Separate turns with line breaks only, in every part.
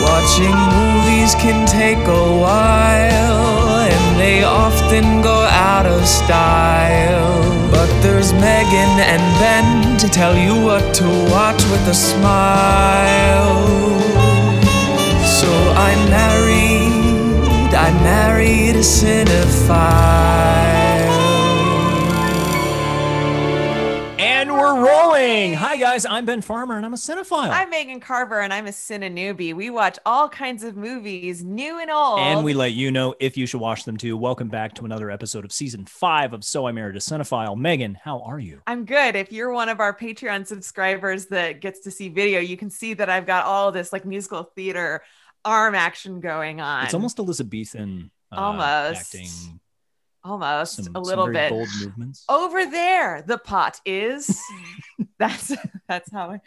Watching movies can take a while, and they often go out of style. But there's Megan and Ben to tell you what to watch with a smile. So I married, I married a cinephile.
And we're rolling. Hi, guys. I'm Ben Farmer, and I'm a cinephile.
I'm Megan Carver and I'm a cine newbie. We watch all kinds of movies, new and old.
and we let you know if you should watch them too. Welcome back to another episode of season five of So I Married a Cinephile. Megan, how are you?
I'm good. If you're one of our Patreon subscribers that gets to see video, you can see that I've got all this like musical theater arm action going on.
It's almost Elizabethan. Uh,
Almost.
Acting
almost
some,
a
some
little
very
bit. Oh.
bold movements.
Over there, the pot is. that's that's how I,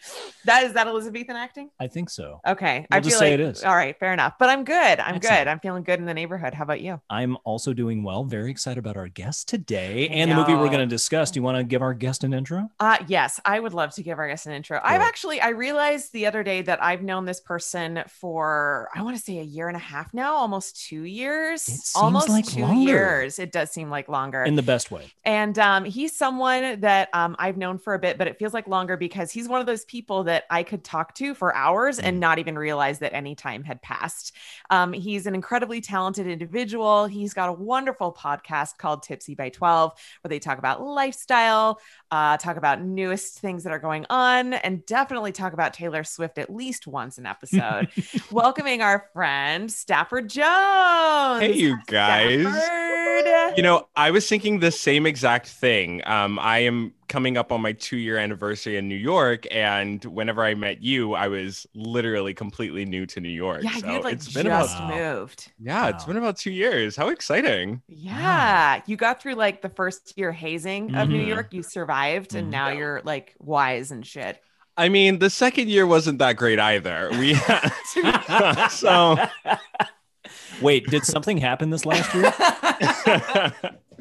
that is that Elizabethan acting.
I think so.
Okay, I
We'll just
feel
say
like
it is.
all right. Fair enough. But I'm good. I'm
Excellent.
good. I'm feeling good in the neighborhood. How about you?
I'm also doing well. Very excited about our guest today
I
and the movie we're
know.
going to discuss. Do you want to give our guest an intro?
Uh, yes, I would love to give our guest an intro. I've
Sure.
actually, I realized the other day that I've known this person for, I want to say a year and a half now, almost two years.
It seems
almost
like
two
longer.
years. It does seem like longer.
In the best way.
and um, he's someone that um, I've known for a bit, but it feels like longer because he's one of those people that I could talk to for hours
Mm.
and not even realize that any time had passed. Um, he's an incredibly talented individual. He's got a wonderful podcast called Tipsy by 12, where they talk about lifestyle, uh, talk about newest things that are going on, and definitely talk about Taylor Swift at least once an episode. Welcoming our friend Stafford Jones.
Hey, you guys.
Stafford.
You know, I was thinking the same exact thing. Um, I am coming up on my two year anniversary in New York. And whenever I met you, I was literally completely new to New York.
Yeah,
so
you'd like
it's been
just
about,
about-
moved.
yeah, it's
Wow.
been about two years. How exciting.
Yeah, you got through like the first year hazing of New
Mhm.
York. You survived, and
Mhm.
now you're like wise and shit.
I mean, the second year wasn't that great either. We, so
Wait, did something happen this last year?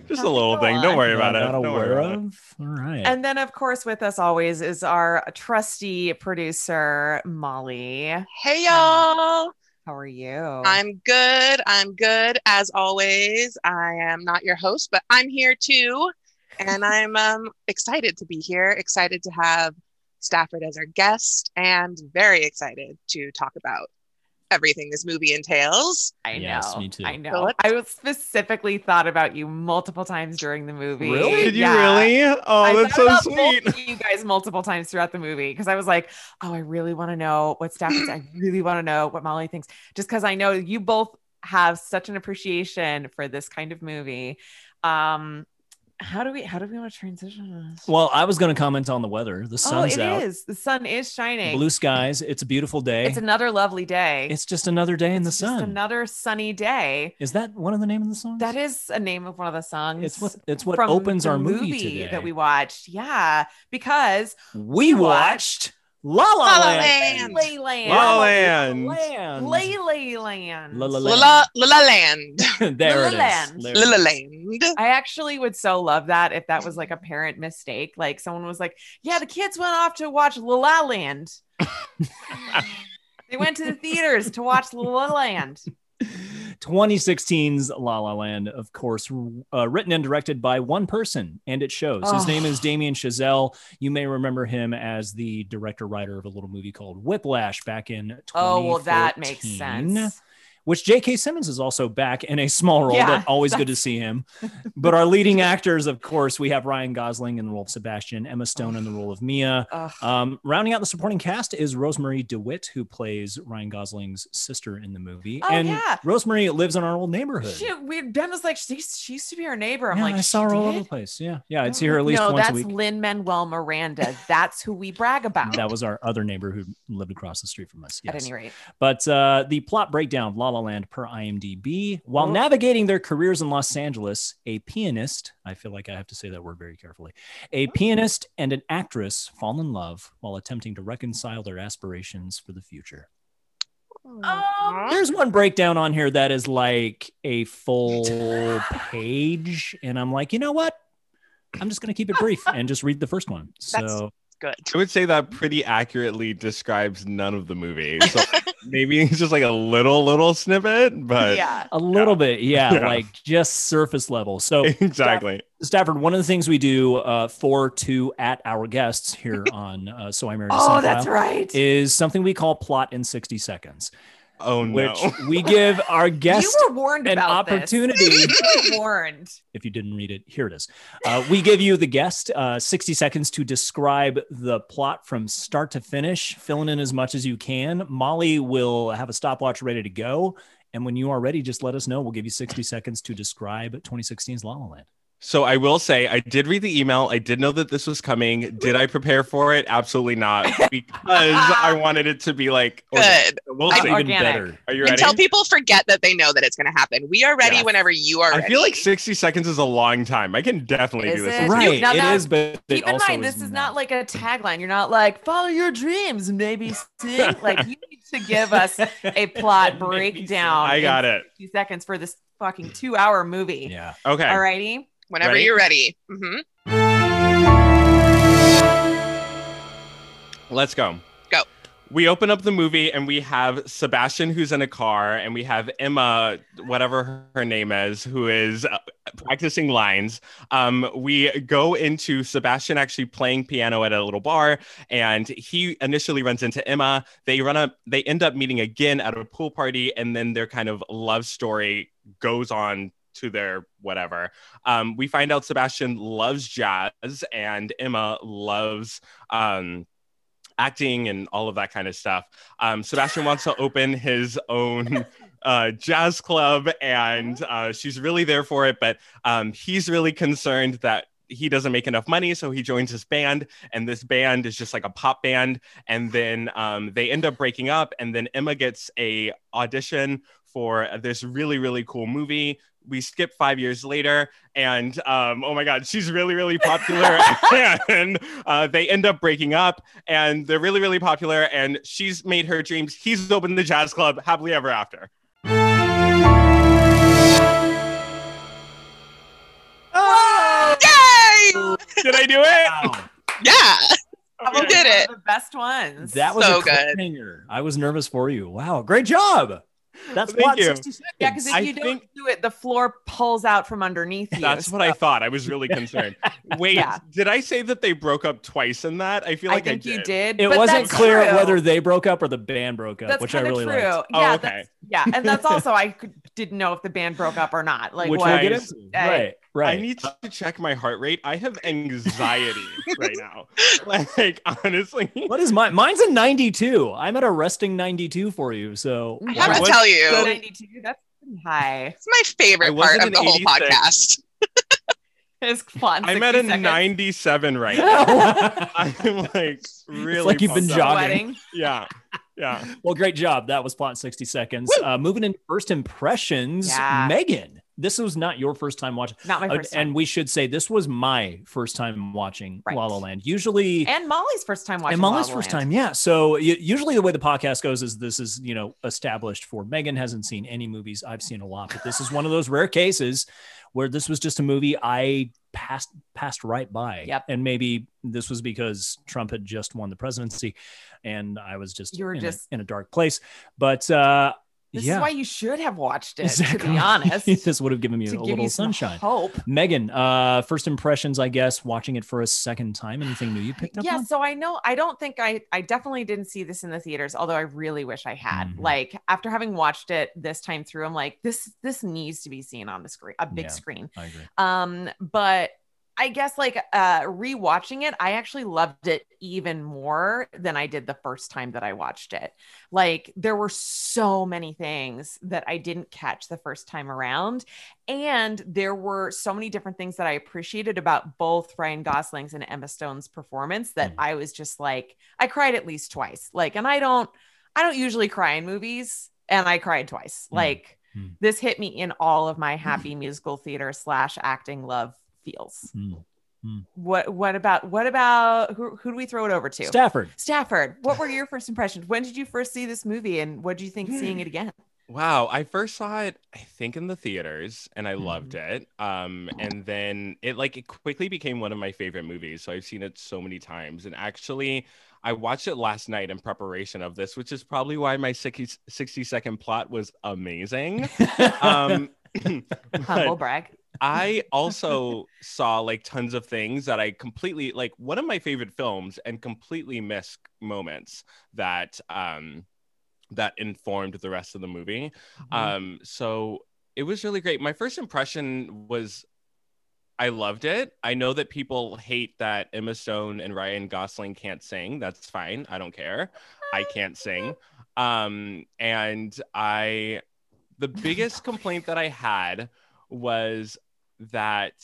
just a little
Go
thing. Don't
on.
worry about it.
Not
Don't worry
aware
about it.
of. All right.
and then, of course, with us always is our trusty producer Molly.
Hey y'all.
How are you?
I'm good. I'm good as always. I am not your host, but I'm here too. And I'm um, excited to be here, excited to have Stafford as our guest, and very excited to talk about everything this movie entails.
I know.
Yes, me too.
I know.
Well, let's-
I was specifically thought about you multiple times during the movie.
Really? Did you
Yeah.
really? Oh,
I
that's
thought
so
about
sweet.
both of You guys multiple times throughout the movie because I was like, oh, I really want to know what Stafford. I really want to know what Molly thinks, just because I know you both have such an appreciation for this kind of movie. Um, how do we how do we want to transition? This?
Well, I was going to comment on the weather. The
oh,
sun's
it is.
out,
The sun is shining.
blue skies. It's a beautiful day. It's,
It's another lovely day.
just another day in the
It's just
sun.
Another sunny day.
is that one of the name of the songs?
That is a name of one of the songs.
It's what it's what
from
opens
the
our movie, today.
that we watched. Yeah, because
we
watched
watched La La,
La La
Land.
Land.
Layland.
La La Land.
Land.
Layland.
La La La.
La La Land.
there
La
it is.
Land.
There it
La
is.
La Land.
I actually would so love that if that was like a parent mistake. Like someone was like, yeah, the kids went off to watch La La Land. they went to the theaters to watch La La Land.
2016's La La Land, of course, uh, written and directed by one person, and it shows. His
Oh.
name is Damien Chazelle. You may remember him as the director writer of a little movie called Whiplash back in 2014.
Oh, well, that makes sense.
Which J.K. Simmons is also back in a small role.
Yeah,
but always good to see him. But our leading actors, of course, we have Ryan Gosling in the role of Sebastian, Emma Stone in the role of Mia.
Ugh.
Um, rounding out the supporting cast is Rosemary DeWitt, who plays Ryan Gosling's sister in the movie.
Oh,
and
yeah.
Rosemary lives in our old neighborhood.
Shit, we Ben was like, she, she used to be our neighbor. I'm
Yeah,
like,
I saw her
she
all over the
did?
place. Yeah, yeah, I'd see her at least
no,
once a week.
that's Lynn Manuel Miranda. That's who we brag about.
That was our other neighbor who lived across the street from us. Yes.
At any rate,
But uh, the plot breakdown of La La Land per IMDb. While
Oh.
navigating their careers in Los Angeles, a pianist, I feel like I have to say that word very carefully, a pianist and an actress fall in love while attempting to reconcile their aspirations for the future.
Oh.
There's one breakdown on here that is like a full page. And I'm like, you know what? I'm just going to keep it brief and just read the first one. So
That's- good.
I would say that pretty accurately describes none of the movie. So maybe it's just like a little, little snippet, but
yeah.
A little bit, yeah,
Yeah.
like just surface level. So
exactly.
Stafford, one of the things we do uh, for to at our guests here on uh, So I Married a
Oh, that's
Cinephile
right.
is something we call plot in 60 seconds,
Oh no.
which we give our
you
guests
were warned
an
about
opportunity.
This. You were warned.
if you didn't read it, here it is. Uh, we give you the guest uh, 60 seconds to describe the plot from start to finish, filling in as much as you can. Molly will have a stopwatch ready to go. And when you are ready, just let us know. We'll give you 60 seconds to describe 2016's La La Land.
So I will say I did read the email. I did know that this was coming. Did I prepare for it? Absolutely not, because I wanted it to be like organic. So We'll
Also
see.
I-
even
organic.
better.
Are you ready?
Until people forget that they know that it's going to happen. We are ready
Yeah.
whenever you are
I
ready.
feel like 60 seconds is a long time. I can definitely
Is
do this.
it?
in
Right.
Right.
Now
it
that-
is, but it
Keep in
also
mind, this is not like a tagline. You're not like follow your dreams, maybe sing. like you need to give us a plot breakdown.
I got it.
Few seconds for this fucking two-hour movie.
Yeah.
Okay.
All righty.
whenever
Ready?
you're ready. hmm
Let's go.
Go.
We open up the movie and we have Sebastian who's in a car and we have Emma, whatever her- her name is, who is uh, practicing lines. Um, we go into Sebastian actually playing piano at a little bar and he initially runs into Emma. They run up, they end up meeting again at a pool party and then their kind of love story goes on to their whatever. Um, we find out Sebastian loves jazz and Emma loves. Um, acting and all of that kind of stuff. Um, Sebastian wants to open his own uh, jazz club, and uh, she's really there for it, but um, he's really concerned that he doesn't make enough money so he joins his band and this band is just like a pop band and then um, they end up breaking up and then emma gets a audition for this really really cool movie we skip five years later and um, oh my god she's really really popular and uh, they end up breaking up and they're really really popular and she's made her dreams he's opened the jazz club happily ever after
Yay!
did i do it
Mm-hmm. Yeah.
Probably one
did
of
it.
The best ones.
That was
So
a
good.
cliffhanger. I was nervous for you. Wow. Great job. That's
Thank
plot
you.
60 seconds.
yeah, because if
I
you don't
think-
do it, the floor pulls out from underneath you.
that's
So
what i thought i was really concerned wait
Yeah.
did i say that they broke up twice in that i feel
I
like i,
think
did.
you did.
It
but
wasn't
that's
clear
true.
whether they broke up or the band broke up,
that's
which I
kinda
really
true.
liked.
Oh,
Yeah,
okay.
that's, yeah, and that's also I could, didn't know if the band broke up or not. Like
which
what?
we'll get
Guys,
into.
I-
Right, right.
I need to check my heart rate. I have anxiety right now. Like honestly,
what is mine? Mine's a 92. I'm at a resting 92 for you. So
Mm.
I have
I
to
was
tell you,
92. That's high.
it's my
I
favorite
was
part
at
of
an
the whole
86.
podcast.
It's fun.
I'm at a
60 seconds.
97 right now.
well,
I'm like really.
like you've been
pumped up.
jogging.
Sweating.
Yeah, yeah.
great job. That was plot in 60 seconds. Uh, moving into first impressions,
Yeah.
Megan. This was not your first time watching,
Not my
Uh,
first time.
and we should say this was my first time watching
Right.
La La Land. Usually,
and Molly's first time watching.
and Molly's
La La
first
Land.
time, yeah. So y- usually the way the podcast goes is this is you know established for Megan hasn't seen any movies. I've seen a lot, but this is one of those rare cases where this was just a movie I passed passed right by.
Yep.
And maybe this was because Trump had just won the presidency, and I was just
You were
in,
just-
a, in a dark place. But uh,
This
yeah,
is why you should have watched it. To
Exactly.
be honest, to
this would have given me a
give
little
you some
sunshine.
hope.
Megan, uh, first impressions, I guess, watching it for a second time. Anything new you picked up
yeah
on?
so i know i don't think i i definitely didn't see this in the theaters although i really wish i had
Mhm.
like after having watched it this time through i'm like this this needs to be seen on the screen a big
Yeah.
screen
I agree.
um but i guess like uh rewatching it i actually loved it even more than i did the first time that i watched it like there were so many things that i didn't catch the first time around and there were so many different things that i appreciated about both ryan gosling's and emma stone's performance that
Mhm.
i was just like i cried at least twice like and i don't i don't usually cry in movies and i cried twice
Mhm.
like
Mhm.
this hit me in all of
Hmm.
my happy musical theater slash acting love feels
Mm.
what what about what about who, who do we throw it over to
Stafford.
Stafford, what were your first impressions? When did you first see this movie and what do you think seeing it again?
Wow, I first saw it I think in the theaters and I
Mhm.
loved it. Um and then it like it quickly became one of my favorite movies. So I've seen it so many times and actually I watched it last night in preparation of this, which is probably why my 60, 60 second plot was amazing. Um
Humble
but-
brag.
I also saw like tons of things that I completely like one of my favorite films and completely missed moments that um that informed the rest of the movie. Um so it was really great. My first impression was I loved it. I know that people hate that Emma Stone and Ryan Gosling can't sing. That's fine. I don't care. I can't sing. Um and I the biggest complaint that I had was that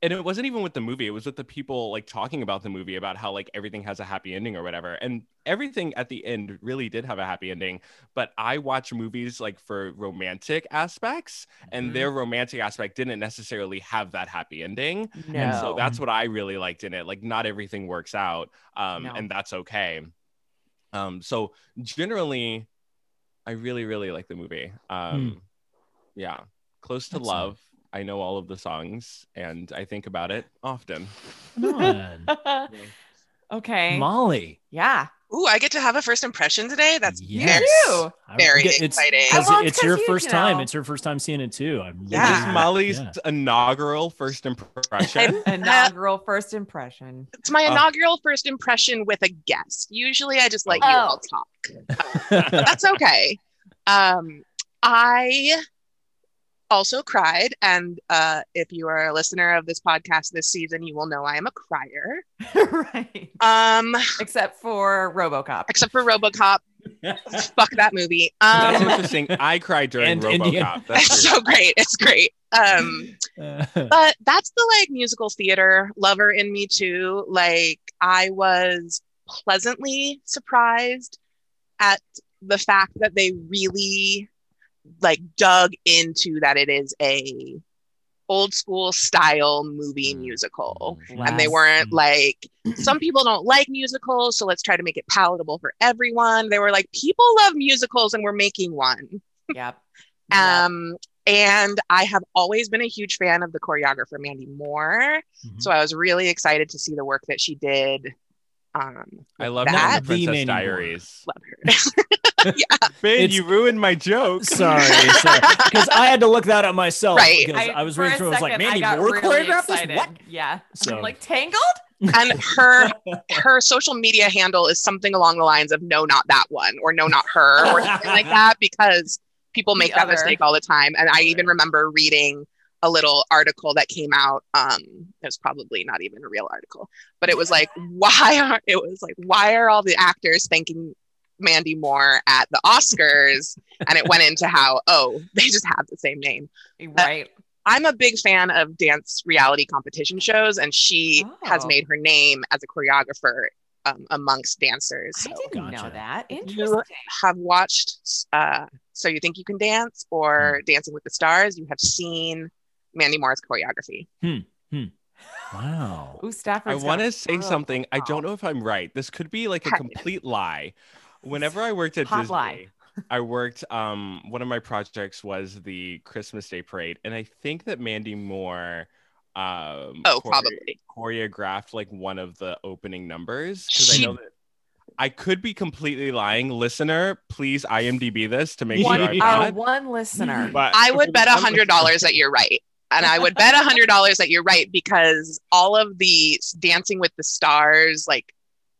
and it wasn't even with the movie it was with the people like talking about the movie about how like everything has a happy ending or whatever and everything at the end really did have a happy ending but i watch movies like for romantic aspects and
Mhm.
their romantic aspect didn't necessarily have that happy ending
no.
and so that's what i really liked in it like not everything works out um
No.
and that's okay um so generally i really really like the movie
Hmm.
um yeah close to
Excellent.
love i know all of the songs and i think about it often
Come on.
okay.
Molly.
yeah.
Ooh, I get to have a first impression today. That's
yes.
You
I-
Very
yeah, it's,
exciting.
It's,
Well, it's
it's your
'cause you
first time.
know.
It's your first time seeing it too. I'm really-
Yeah.
this is molly's
Yeah.
inaugural first impression
Inaugural first impression.
it's my
Oh.
inaugural first impression with a guest. Usually I just let you
Oh.
all talk. That's okay. Um, I also cried. And uh, if you are a listener of this podcast this season, you will know I am a crier.
right.
Um,
Except for RoboCop.
except for Robocop. Fuck that movie. Um,
that's interesting i cried during
And
robocop
Indian.
that's
it's so great. It's great. Um, but that's the like musical theater lover in me too like i was pleasantly surprised at the fact that they really like dug into that it is a old school style movie
Mm.
musical
Wow.
and they
Yes.
weren't
Mm.
like some people don't like musicals so let's try to make it palatable for everyone they were like people love musicals and we're making one
Yep. Yep.
um, and I have always been a huge fan of the choreographer Mandy Moore,
Mhm.
so I was really excited to see the work that she did. Um,
i love
That-
that
The
princess
Mandy Moore.
diaries
love her.
ben
It's-
you ruined my joke
sorry, sorry, because I had to look that up myself.
Right.
because I, was
for
reading
a
through. I was like,
second,
Mandy
got
Moore
really
choreographed this?
excited.
What?
Yeah.
So-
I'm like Tangled?
and her her social media handle is something along the lines of "No, not that one," or "No, not her," or something like that, because people
The
make that
other.
mistake all the time. And I
Right.
even remember reading a little article that came out. Um, it was probably not even a real article, but it was like, why are it was like, why are all the actors thanking Mandy Moore at the Oscars? and it went into how oh, they just have the same name.
Right.
I'm a big fan of dance reality competition shows, and she has
Oh.
made her name as a choreographer um, amongst dancers.
I
So
didn't know
Gotcha.
that.
If
Interesting.
you have watched uh, So You Think You Can Dance or Dancing with the Stars, you have seen Mandy Moore's choreography.
Wow.
Ooh, Stafford.
I want to say
real
something. I
mouth.
don't know if I'm right. This could be like a
Kind of.
complete lie. Whenever I worked at
Hot
Disney,
lie.
I worked. Um, one of my projects was the Christmas Day Parade, and I think that Mandy Moore, um,
Oh,
chore-
probably.
choreographed like one of the opening numbers because I
She-
know that. I could be completely lying, listener. Please IMDb this to make
One
sure I'm
Our
not.
Oh, one listener.
But
I would bet $100 that you're right. And I would bet $100 that you're right because all of the Dancing with the Stars, like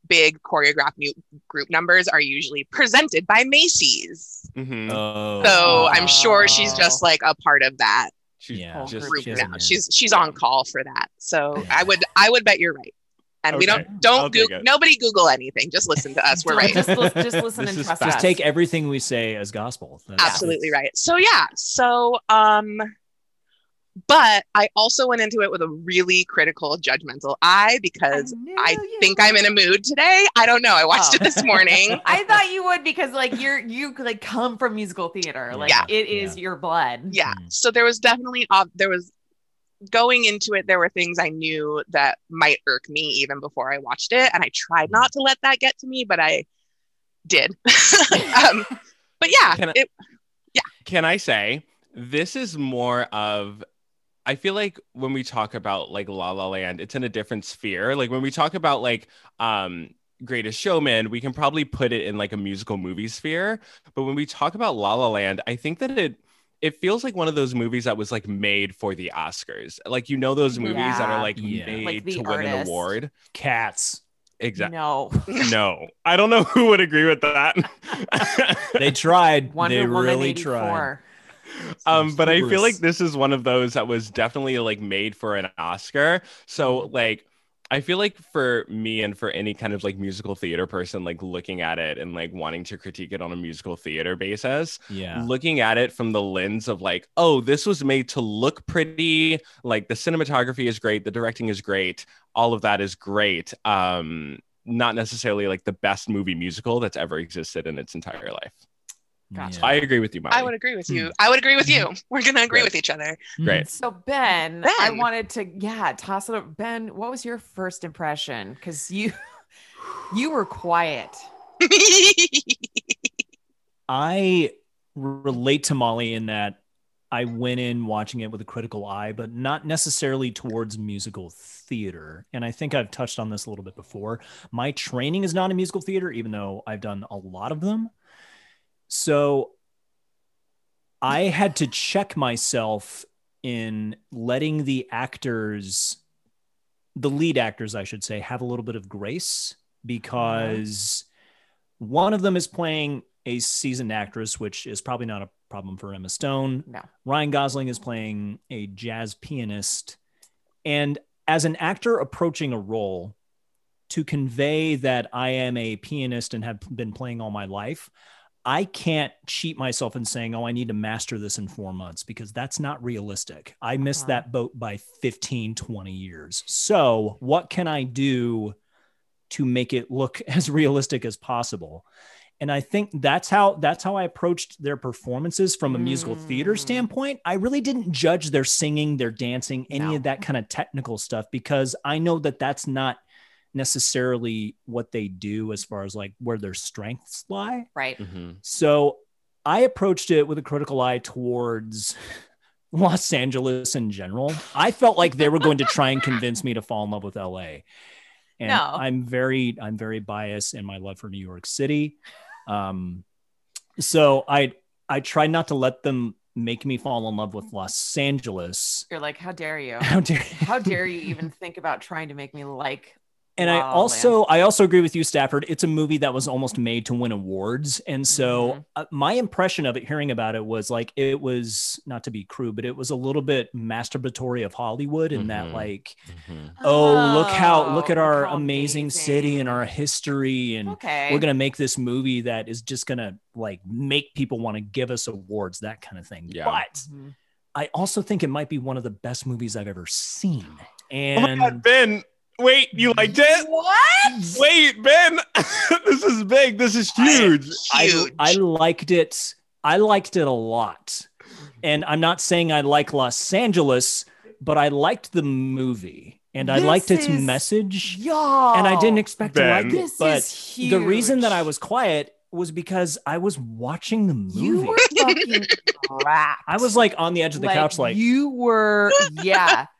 big choreographed mu- group numbers, are usually presented by Macy's.
Mhm.
Oh.
So I'm sure she's just like a part of that
She's
Yeah.
just
group
She is a
now.
man.
She's she's on call for that. So
Yeah.
I would I would bet you're right. And we
Okay.
don't
I'll
don't
take
Goog-
it.
nobody Google anything. Just listen to us. We're
Don't-
right.
Just, lis- just listen
This
and
is
trust
fact.
Just
us.
take everything we say as gospel. That's-
Absolutely right. So yeah. So um but I also went into it with a really critical judgmental eye because I,
knew you
think I'm in a mood today. I don't know. I watched
Oh.
it this morning.
I thought you would because like you're you like come from musical theater. Like
Yeah.
it is your blood.
yeah
Mhm.
so there was definitely ob- there was going into it there were things i knew that might irk me even before i watched it and i tried not to let that get to me but i did um, But yeah,
Can I-
it,
Can I say this is more of I feel like when we talk about like La La Land, it's in a different sphere. Like when we talk about like um Greatest Showman, we can probably put it in like a musical movie sphere. But when we talk about La La Land, I think that it it feels like one of those movies that was like made for the Oscars. Like you know those movies that
Yeah.
are like
Yeah.
made
Like the
to win an
artist.
award.
Cats.
Exactly.
No.
no. I don't know who would agree with that.
They tried.
Wonder
they
Woman
really
84.
tried.
um but i
Hubris.
feel like this is one of those that was definitely like made for an oscar so
Mm-hmm.
like i feel like for me and for any kind of like musical theater person like looking at it and like wanting to critique it on a musical theater basis
Yeah.
looking at it from the lens of like oh this was made to look pretty like the cinematography is great the directing is great all of that is great um not necessarily like the best movie musical that's ever existed in its entire life.
Gotcha.
Yeah.
I agree with you, Molly.
I would agree with you. I would agree with you. We're gonna agree
Right.
with each other.
Right.
So ben, I
Ben.
wanted to yeah toss it up. Ben, what was your first impression? Because you you were quiet.
I relate to Molly in that I went in watching it with a critical eye, but not necessarily towards musical theater. And I think I've touched on this a little bit before. My training is not in musical theater, even though I've done a lot of them. So I had to check myself in letting the actors, the lead actors, I should say, have a little bit of grace because one of them is playing a seasoned actress, which is probably not a problem for Emma Stone.
No.
Ryan Gosling is playing a jazz pianist. And as an actor approaching a role, to convey that I am a pianist and have been playing all my life, I can't cheat myself in saying, oh, I need to master this in four months because that's not realistic. I missed
Wow.
that boat by 15, 20 years. So, what can I do to make it look as realistic as possible? And I think that's how that's how I approached their performances from a musical theater
Mm.
standpoint. I really didn't judge their singing, their dancing, any
No.
of that kind of technical stuff because I know that that's not necessarily what they do as far as like where their strengths lie.
Right.
Mm-hmm.
Mhm.
So I approached it with a critical eye towards Los Angeles in general. I felt like they were going to try and convince me to fall in love with LA. And
No.
I'm very, I'm very biased in my love for New York City. Um, so I I try not to let them make me fall in love with Los Angeles.
You're like, how dare you?
How dare
How dare you even think about trying to make me like
and
La
I
La
also I also agree with you, Stafford. It's a movie that was almost made to win awards, and so
Mhm.
uh, my impression of it, hearing about it, was like it was not to be crude, but it was a little bit masturbatory of Hollywood, in that
Mhm.
like, oh, look how look at
Oh,
our
how
amazing, city and our history, and
Okay.
we're gonna make this movie that is just gonna like make people want to give us awards, that kind of thing.
Yeah.
But
Mhm.
I also think it might be one of the best movies I've ever seen,
Oh my
and.
God, Ben, wait, you liked it?
What?
Wait, Ben, this is big. This is huge.
Huge.
I liked it. I liked it a lot. And I'm not saying I like Los Angeles, but I liked the movie and I
This
liked its
is-
message.
Y'all.
and I didn't expect to like
Ben.
it.
This is
But
huge.
the reason that I was quiet was because I was watching the movie.
you were fucking cracked.
I was like on the edge of the couch, like
you were, yeah.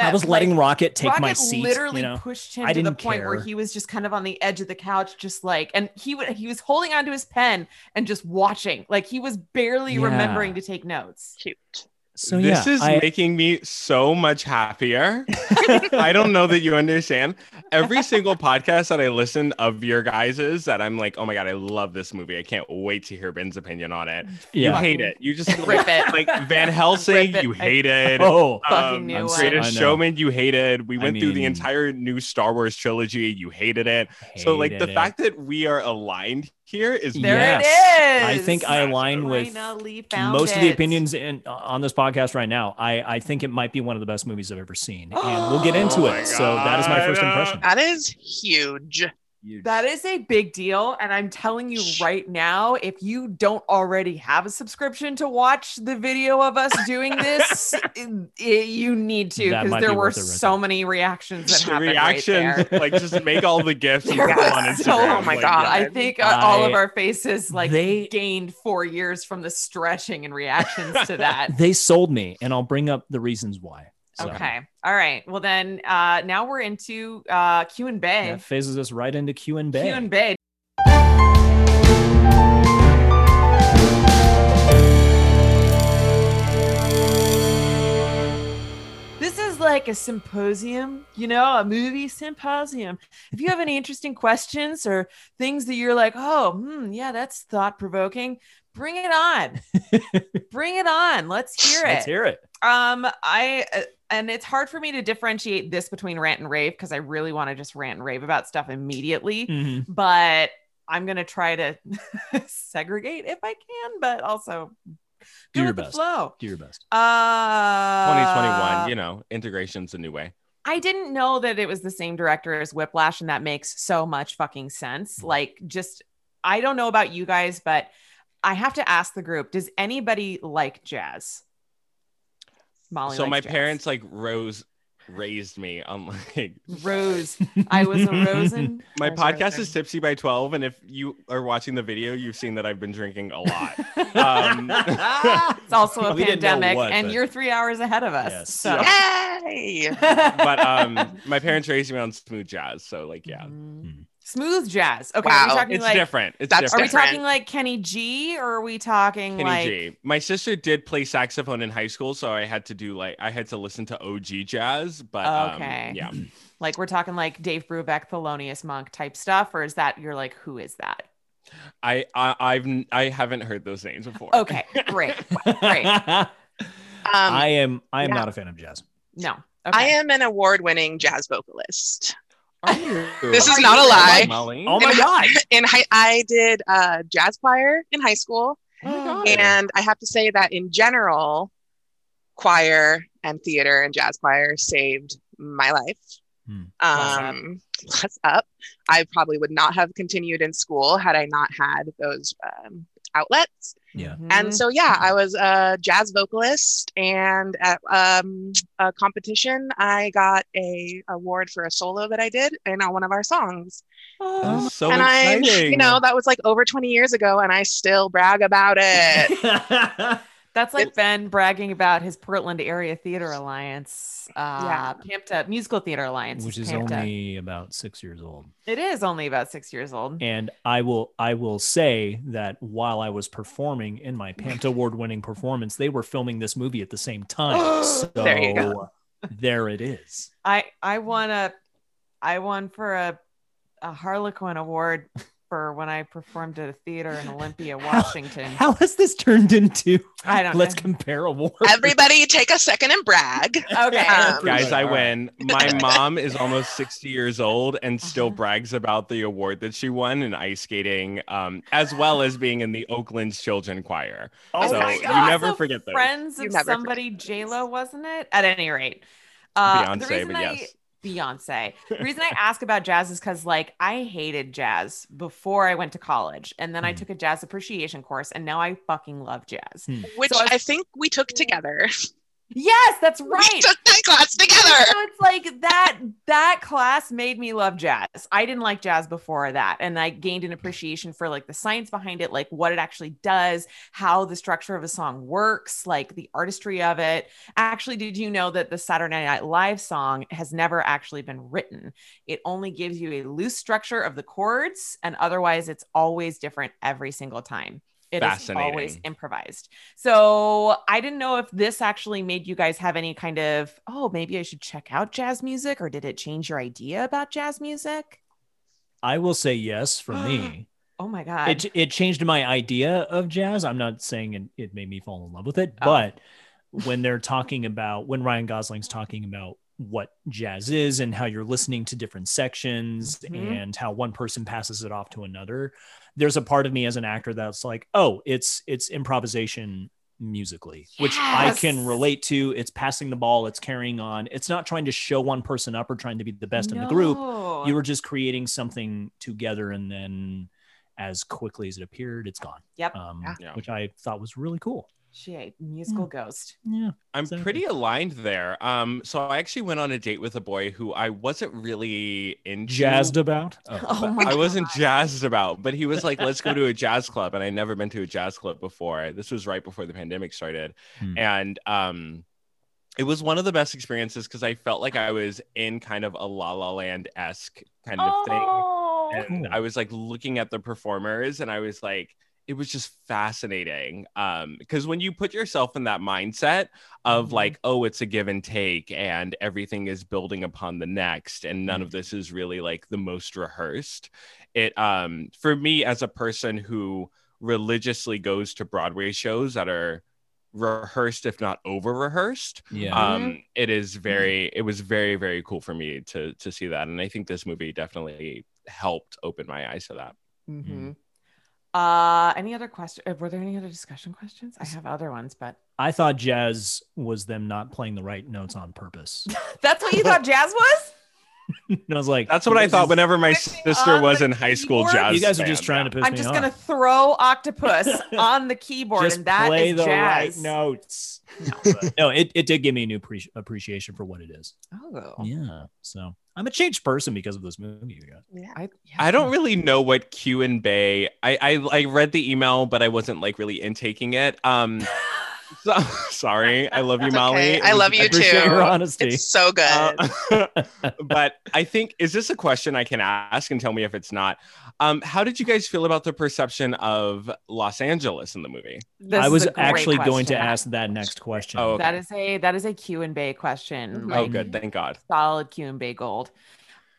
I was letting Rocket take my
Rocket
seat.
Literally
you know?
pushed him
I
to the
didn't
point where
care.
he was just kind of on the edge of the couch, just like, and he would he was holding onto his pen and just watching, like he was barely
Yeah.
remembering to take notes.
Cute.
So
this
yeah,
is
I-
making me so much happier. I don't know that you understand. Every single podcast that I listen of your guys's that I'm like, oh my God, I love this movie. I can't wait to hear Ben's opinion on it. You
yeah.
hate it. You just
Rip it.
like Van Helsing,
Rip it.
you hated.
Oh,
Fucking knew
um,
it.
I
Greatest
know.
Showman, you hated. We
I
went through the
mean-
entire new Star Wars trilogy. You hated it. so like the
hated it.
fact that we are aligned here is
There
Yes.
it is.
I think I align with
Finally found
most of the
it.
opinions in uh, on this podcast right now. I I think it might be one of the best movies I've ever seen, and we'll get into
Oh my
Uh,
it. So that is my first
God.
impression.
That is huge.
Huge.
That is a big deal. And I'm telling you right now, if you don't already have a subscription to watch the video of us doing this, it- it- you need to
That
because
might
there
be
were
worth it right
so many reactions that happened. Right
reactions
there.
like just make all the gifs and
There
put them on
was
Instagram.
so-
Oh my
like,
God.
yeah.
I think uh, all of
I-
our faces like
they-
gained four years from the stretching and reactions to that.
They sold me, and I'll bring up the reasons why. So,
Okay. All right. Well, then uh, now we're into uh, Q and Bay.
That phases us right into Q and
Q
Bay.
and Bay. This is like a symposium, you know, a movie symposium. If you have any interesting questions or things that you're like, oh, hmm, yeah, that's thought provoking, bring it on. bring it on. Let's hear it.
Let's hear it.
Um, I uh, and it's hard for me to differentiate this between rant and rave because I really want to just rant and rave about stuff immediately,
Mhm.
but I'm gonna try to segregate if I can, but also
Do
go
your
with
best.
the flow.
Do your best.
Uh,
2021, you know, integration's a new way.
I didn't know that it was the same director as Whiplash, and that makes so much fucking
Mm-hmm.
sense. Like, just I don't know about you guys, but I have to ask the group: Does anybody like jazz? Molly.
so
likes
my
jazz.
parents like rose raised me on like
Rose. I was a Rosen.
my
I was a
podcast
Rosen.
is tipsy by 12 and if you are watching the video you've seen that i've been drinking a lot Um,
It's also a
We didn't know
pandemic,
what,
and
but-
you're three hours ahead of us.
Yes.
So.
Yay!
but um my parents raised me on smooth jazz so like yeah
Mm-hmm.
Mhm. smooth jazz. Okay, are we
Wow.
talking
it's
like
different it's
That's
are we
different
different.
talking like Kenny G, or are we talking
Kenny
like
G. My sister did play saxophone in high school, so I had to do like I had to listen to OG jazz, but
Okay.
um, yeah,
like we're talking like Dave Brubeck, Thelonious Monk type stuff, or is that you're like who is that?
I, I I've n- I haven't heard those names before.
Okay, great. Great.
Um,
I am. I am
yeah.
not a fan of jazz.
No, okay.
I am an award-winning jazz vocalist.
Are you?
This
is not a lie.
Molly.
Oh my
In-
god!
In high, I did uh, jazz choir in high school,
Oh,
and I have to say that in general, choir and theater and jazz choir saved my life.
Hmm.
Um, plus up, I probably would not have continued in school had I not had those um, outlets.
Yeah.
Mm-hmm.
And so, yeah, I was a jazz vocalist, and at um, a competition, I got a award for a solo that I did in uh, one of our songs.
This
Oh.
is so
and I,
exciting.
you know, that was like over 20 years ago, and I still brag about it.
That's like Ben bragging about his Portland Area Theater Alliance, uh, PAMTA, Musical Theater Alliance,
Which
is
is
PAMTA.
only about six years old.
It is only about six years old.
And I will I will say that while I was performing in my Panta Award winning performance, they were filming this movie at the same time. So
There you go.
there it is.
I I won a I won for a a Harlequin Award for when I performed at a theater in Olympia, Washington.
How has this turned into
I don't
let's
know.
compare awards?
Everybody, take a second and brag.
Okay.
Um,
Guys, I
All right.
win. My mom is almost 60 years old and
Uh-huh.
still brags about the award that she won in ice skating, um, as well as being in the Oakland's Children Choir.
Oh
so
my
you
God.
never
Also
forget those.
Friends
You
of
never forget
somebody, J Lo, wasn't it? At any rate, uh, the
Beyonce,
reason
but
I-
yes.
Beyonce. The reason I ask about jazz is because, like, I hated jazz before I went to college, and then I
Mm.
Hmm.
took a jazz appreciation course, and now I fucking love jazz.
Which
So I-
I think we took together.
Yes, that's
We
right.
took that class together.
So it's like that that class made me love jazz. I didn't like jazz before that and I gained an appreciation for like the science behind it, like what it actually does, how the structure of a song works, like the artistry of it. Actually, did you know that the Saturday Night Live song has never actually been written? It only gives you a loose structure of the chords and otherwise it's always different every single time. It is
Fascinating.
always improvised. So I didn't know if this actually made you guys have any kind of, oh, maybe I should check out jazz music, or did it change your idea about jazz music?
I will say yes for me.
Oh my God.
It it changed my idea of jazz. I'm not saying it, it made me fall in love with it,
Oh.
but when they're talking about when Ryan Gosling's talking about what jazz is and how you're listening to different sections
Mhm.
and how one person passes it off to another, there's a part of me as an actor that's like, oh, it's it's improvisation musically, which I
Yes.
can relate to. It's passing the ball, it's carrying on. It's not trying to show one person up or trying to be the best in the group.
No.
You were just creating something together, and then as quickly as it appeared, it's gone.
Yep.
Um,
Yeah.
Which I thought was really cool.
she a musical ghost.
Yeah.
I'm
Exactly.
pretty aligned there. Um, so I actually went on a date with a boy who I wasn't really into.
Jazzed about.
Oh my
I wasn't
God.
jazzed about, but he was like, let's go to a jazz club. And I'd never been to a jazz club before. This was right before the pandemic started.
Hmm.
And um, it was one of the best experiences because I felt like I was in kind of a La La Land esque kind of thing.
Oh.
And
Cool.
I was like looking at the performers and I was like, it was just fascinating. Um, because when you put yourself in that mindset of
Mhm.
like, oh, it's a give and take and everything is building upon the next, and none of this is really like the most rehearsed it um for me as a person who religiously goes to broadway shows that are rehearsed if not over rehearsed
Yeah.
um it is very it was very very cool for me to to see that and i think this movie definitely helped open my eyes to that
Hmm.
Mhm. Uh, any other question? uh, Were there any other discussion questions? I have other ones, but
I thought jazz was them not playing the right notes on purpose.
that's what you thought jazz was.
and I was like,
that's what i
this
thought
is-
whenever my
Switching
sister
on
was
the
in high school
keyboard?
jazz
You guys are just
band.
trying to piss
I'm
me
just
off.
gonna throw octopus on the keyboard,
Just
and that
play
is
the right
jazz.
notes. But no, it, it did give me a new pre- appreciation for what it is.
Oh,
Yeah. So I'm a changed person because of this movie. You guys.
Yeah.
I, yeah.
I don't really know what Q and Bay. I, I I read the email, but I wasn't like really intaking it. Um, so, sorry. I love you,
That's
Molly.
okay.
It
I
was-
love you
appreciate
Appreciate
too.
your honesty.
It's so good.
Uh, but I think is this a question I can ask and tell me if it's not. Um, how did you guys feel about the perception of Los Angeles in the movie?
This
I
is
was
a great
actually going to
question.
ask that next question.
Oh, okay.
That is a that is a Q and Bay question.
Mhm.
Oh,
like,
good, thank God.
solid Q and Bay gold.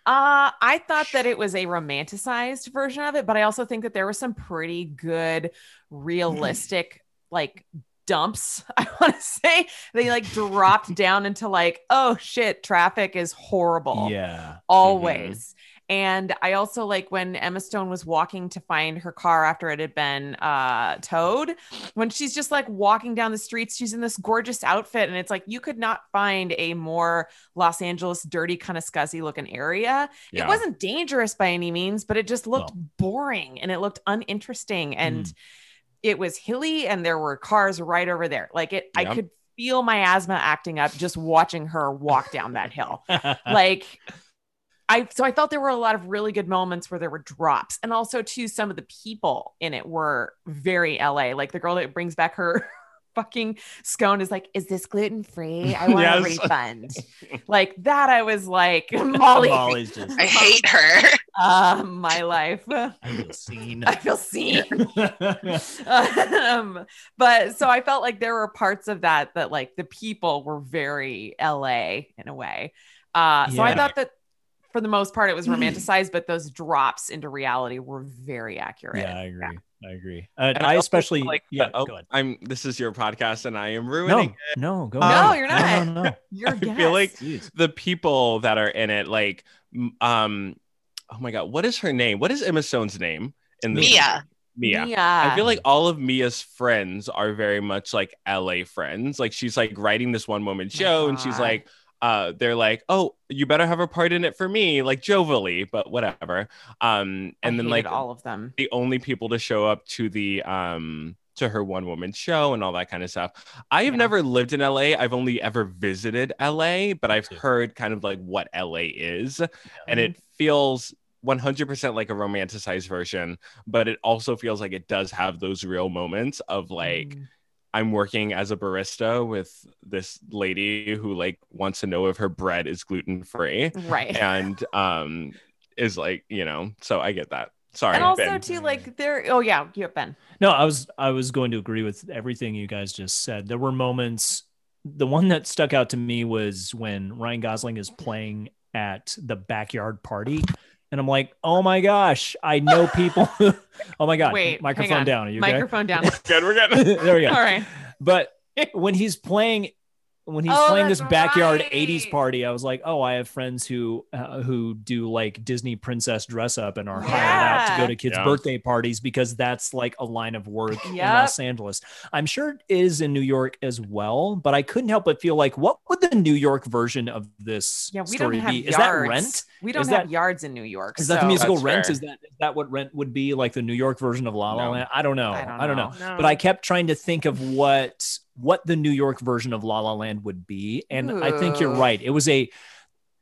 Uh, I thought that it was a romanticized version of it, but I also think that there were some pretty good, realistic, like dumps. I want to say they like dropped down into like, oh shit, traffic is horrible
Yeah.
Mm-hmm.
always. And I also like when Emma Stone was walking to find her car after it had been uh, towed. When she's just like walking down the streets, she's in this gorgeous outfit, and it's like you could not find a more Los Angeles dirty, kind of scuzzy looking area.
Yeah.
It wasn't dangerous by any means, but it just looked boring and it looked uninteresting, and
Mm.
it was hilly, and there were cars right over there. Like it, I
Yep.
could feel my asthma acting up just watching her walk down that hill like I so I felt there were a lot of really good moments where there were drops and also too some of the people in it were very LA like the girl that brings back her fucking scone is like is this gluten free I want
Yes.
a refund like that I was like Molly
Molly's just.
I hate her.
uh, my life
I feel seen.
I feel seen um, but so I felt like there were parts of that that like the people were very LA in a way. Uh, so I
Yeah.
thought that for the most part it was romanticized, but those drops into reality were very accurate.
Yeah, I agree. I agree. Uh,
And I
I,
also
especially
like
yeah.
that- oh,
go ahead.
I'm. This is your podcast, and I am
No,
ruining.
no, go.
No,
ahead.
you're
No, no, no.
Your
I feel
guess.
like-
Jeez.
the people that are in it, like, m- um, oh my God, what is her name? What is Emma Stone's name in this?
Mia.
movie? Mia. I
Oh
feel like all of Mia's friends are very much like LA friends. Like she's like writing this one woman show, and she's
God.
like, uh, they're like, oh, you better have a part in it for me, like jovially, but whatever. Um,
I
and then
hated
like
all of them.
the only people to show up to the um to her one woman show and all that kind of stuff. I have
Yeah.
never lived in LA. I've only ever visited LA, but I've
too.
heard kind of like what LA is and it feels 100% like a romanticized version, but it also feels like it does have those real moments of like
Mm.
I'm working as a barista with this lady who like wants to know if her bread is gluten-free
right.
and um is like, you know, so I get that. Sorry.
and also
Ben.
too like there oh yeah, you have been.
No, I was I was going to agree with everything you guys just said. There were moments. The one that stuck out to me was when Ryan Gosling is playing at the backyard party, and I'm like, oh my gosh, I know people. oh my god,
Wait, hang
microphone
on.
down. Are you okay?
Microphone down.
Good, we're good.
there we go.
All right.
But when he's playing when he's
Oh,
playing this
that's
backyard
right.
80s party i was like oh i have friends who uh, who do like disney princess dress up and are hired out to
Yeah.
go to kids
Yeah.
birthday parties because that's like a line of work in
Yep.
los angeles i'm sure it is in new york as well but i couldn't help but feel like what would the new york version of this
Yeah, we don't
story
have
be
yards.
is that rent
We don't
Is
have
that-
yards in New York.
is that the
so-
musical
That's
rent
fair.
is that is that what rent would be like the new york version of la la
No.
land Oh, i don't know
I don't
know
know.
No.
but I kept trying to think of what what the New York version of La La Land would be, and I think you're
Ooh.
right. It was a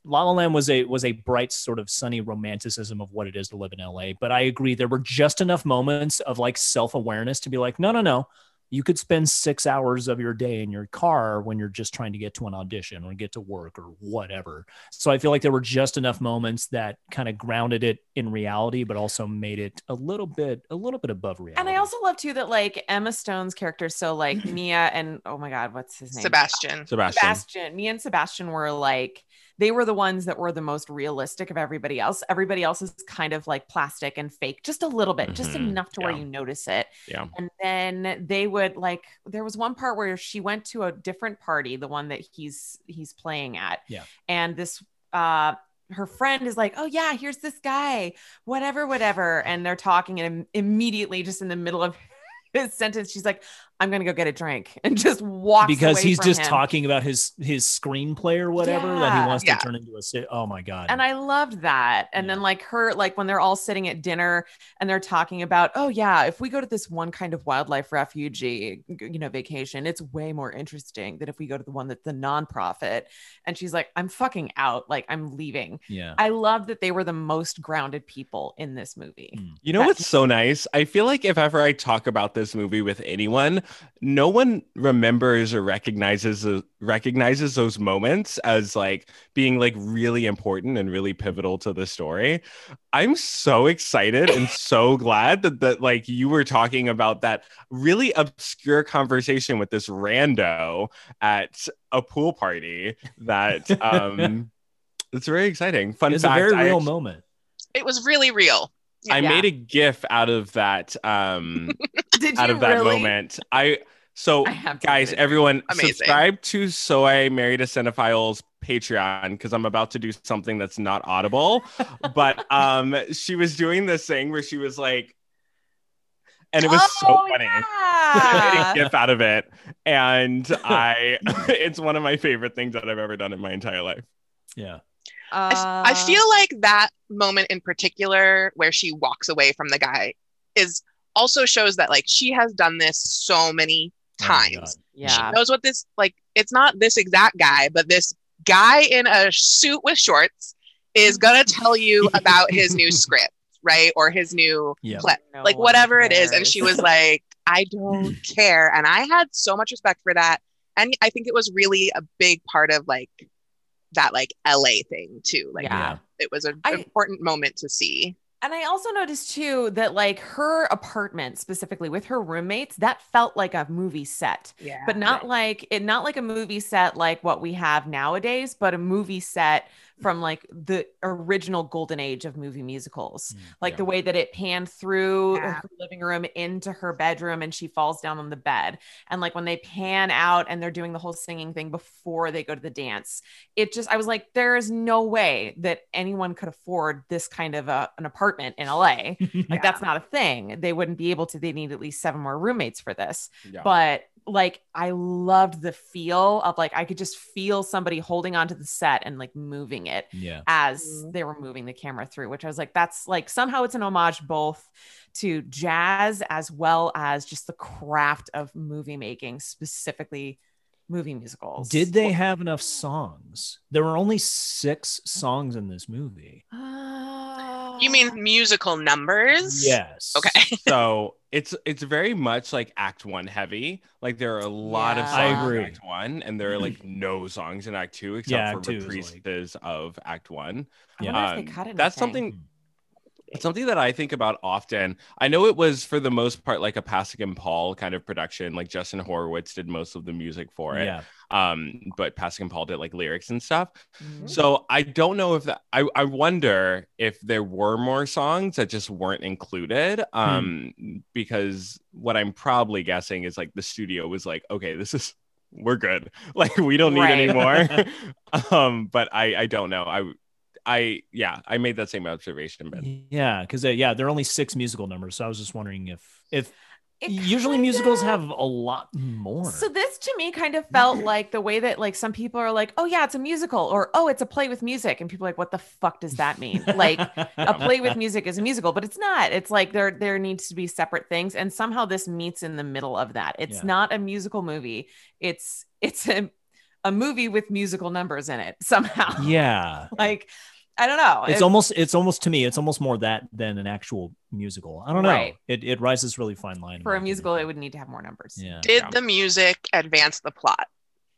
La La Land was a was a bright sort of sunny romanticism of what it is to live in LA. But I agree, there were just enough moments of like self awareness to be like, no, no, no. You could spend six hours of your day in your car when you're just trying to get to an audition or get to work or whatever. So I feel like there were just enough moments that kind of grounded it in reality, but also made it a little bit a little bit above reality.
And I also love too that like Emma Stone's characters, so like Mia and oh my god, what's his name?
Sebastian.
Sebastian.
Sebastian. Me and Sebastian were like they were the ones that were the most realistic of everybody else. Everybody else is kind of like plastic and fake, just a little bit, just
Mhm.
Mm-hmm.
enough to where
Yeah.
you notice it.
Yeah.
And then they would like there was one part where she went to a different party, the one that he's he's playing at.
Yeah.
And this uh her friend is like, "Oh yeah, here's this guy, whatever, whatever," and they're talking, and im- immediately, just in the middle of his sentence, she's like, "I'm gonna go get a drink," and just walks
because
away
he's
from
just
him.
talking about his his screenplay or whatever that
Yeah.
he wants
Yeah.
to turn into a sit. Oh my god!
And I loved that. And then
Yeah.
like her, like when they're all sitting at dinner and they're talking about, oh yeah, if we go to this one kind of wildlife refuge, you know, vacation, it's way more interesting than if we go to the one that's the nonprofit. And she's like, I'm fucking out. Like I'm leaving.
yeah,
I love that they were the most grounded people in this movie.
Mm.
You know
That-
what's so nice? I feel like if ever I talk about this movie with anyone, no one remembers or recognizes recognizes those moments as like being like really important and really pivotal to the story. I'm so excited and so glad that that like you were talking about that really obscure conversation with this rando at a pool party that um it's very exciting. Fun
it's a
fact,
very
I
real
actually-
moment.
It was really real.
I
Yeah.
made a gif out of that um
Did
out
you
of that
really?
moment. I so
I have to
guys,
admit.
everyone
Amazing.
subscribe to So I Married a Cinephile's Patreon because I'm about to do something that's not audible. but um she was doing this thing where she was like and it was
Oh,
so funny.
Yeah.
I made a gif out of it. And I it's one of my favorite things that I've ever done in my entire life.
Yeah,
Uh,
I f- I feel like that moment in particular where she walks away from the guy is also shows that like she has done this so many
Oh my
times.
God.
yeah.
She knows what this like it's not this exact guy, but this guy in a suit with shorts is gonna tell you about his new script, right? Or his new
Yeah.
clip.
No
like
one
whatever it is. And she
cares.
was like, I don't care. And I had so much respect for that. And I think it was really a big part of like that like LA thing too. Like
yeah.
it was an
I-
important moment to see.
And I also noticed too that like her apartment specifically with her roommates, that felt like a movie set.
Yeah.
But not like it not like a movie set like what we have nowadays, but a movie set from like the original golden age of movie musicals.
Mm,
Like
yeah.
the way that it panned through uh,
Yeah.
her living room into her bedroom and she falls down on the bed. And like when they pan out and they're doing the whole singing thing before they go to the dance, it just, I was like, there is no way that anyone could afford this kind of a, an apartment in LA. Like that's not a thing. They wouldn't be able to. They need at least seven more roommates for this.
Yeah.
But like I loved the feel of like I could just feel somebody holding onto the set and like moving it
yeah.
as
Mhm.
they were moving the camera through, which I was like, that's like somehow it's an homage both to jazz as well as just the craft of movie making, specifically movie musicals.
Did they have enough songs? There were only six songs in this movie.
Ah.
you mean musical numbers?
Yes.
Okay.
so it's it's very much like act one heavy like there are a lot of
Yeah.
songs
I
agree.
in act one and there are like no songs in act two except
Yeah,
for
Act Two is like-
reprises of act one
I
Yeah.
wonder if they
Um,
cut anything.
that's something
Hmm.
something that i think about often i know it was for the most part like a pasek and paul kind of production like justin horowitz did most of the music for it
Yeah.
um but pasek and paul did like lyrics and stuff
Mhm.
so I don't know if that I, I wonder if there were more songs that just weren't included.
Hmm.
Um because what I'm probably guessing is like the studio was like, okay, this is we're good. Like we don't need any more.
Right.
um, but I I don't know. I I yeah, I made that same observation, but
Yeah, because uh, yeah, there are only six musical numbers, so I was just wondering if if
It
usually
kinda-
musicals have a lot more.
So this to me kind of felt like the way that like some people are like, oh yeah, it's a musical, or oh, it's a play with music, and people are like, what the fuck does that mean? Like a play with music is a musical, but it's not. It's like there there needs to be separate things, and somehow this meets in the middle of that. It's
Yeah.
not a musical movie. It's it's a a movie with musical numbers in it somehow.
yeah,
Like I don't know.
it's
It-
almost it's almost to me it's almost more that than an actual musical. I don't know.
Right.
It it rises really fine line in
for
my
a
opinion.
musical, it would need to have more numbers.
Yeah.
Did
Yeah.
the music advance the plot?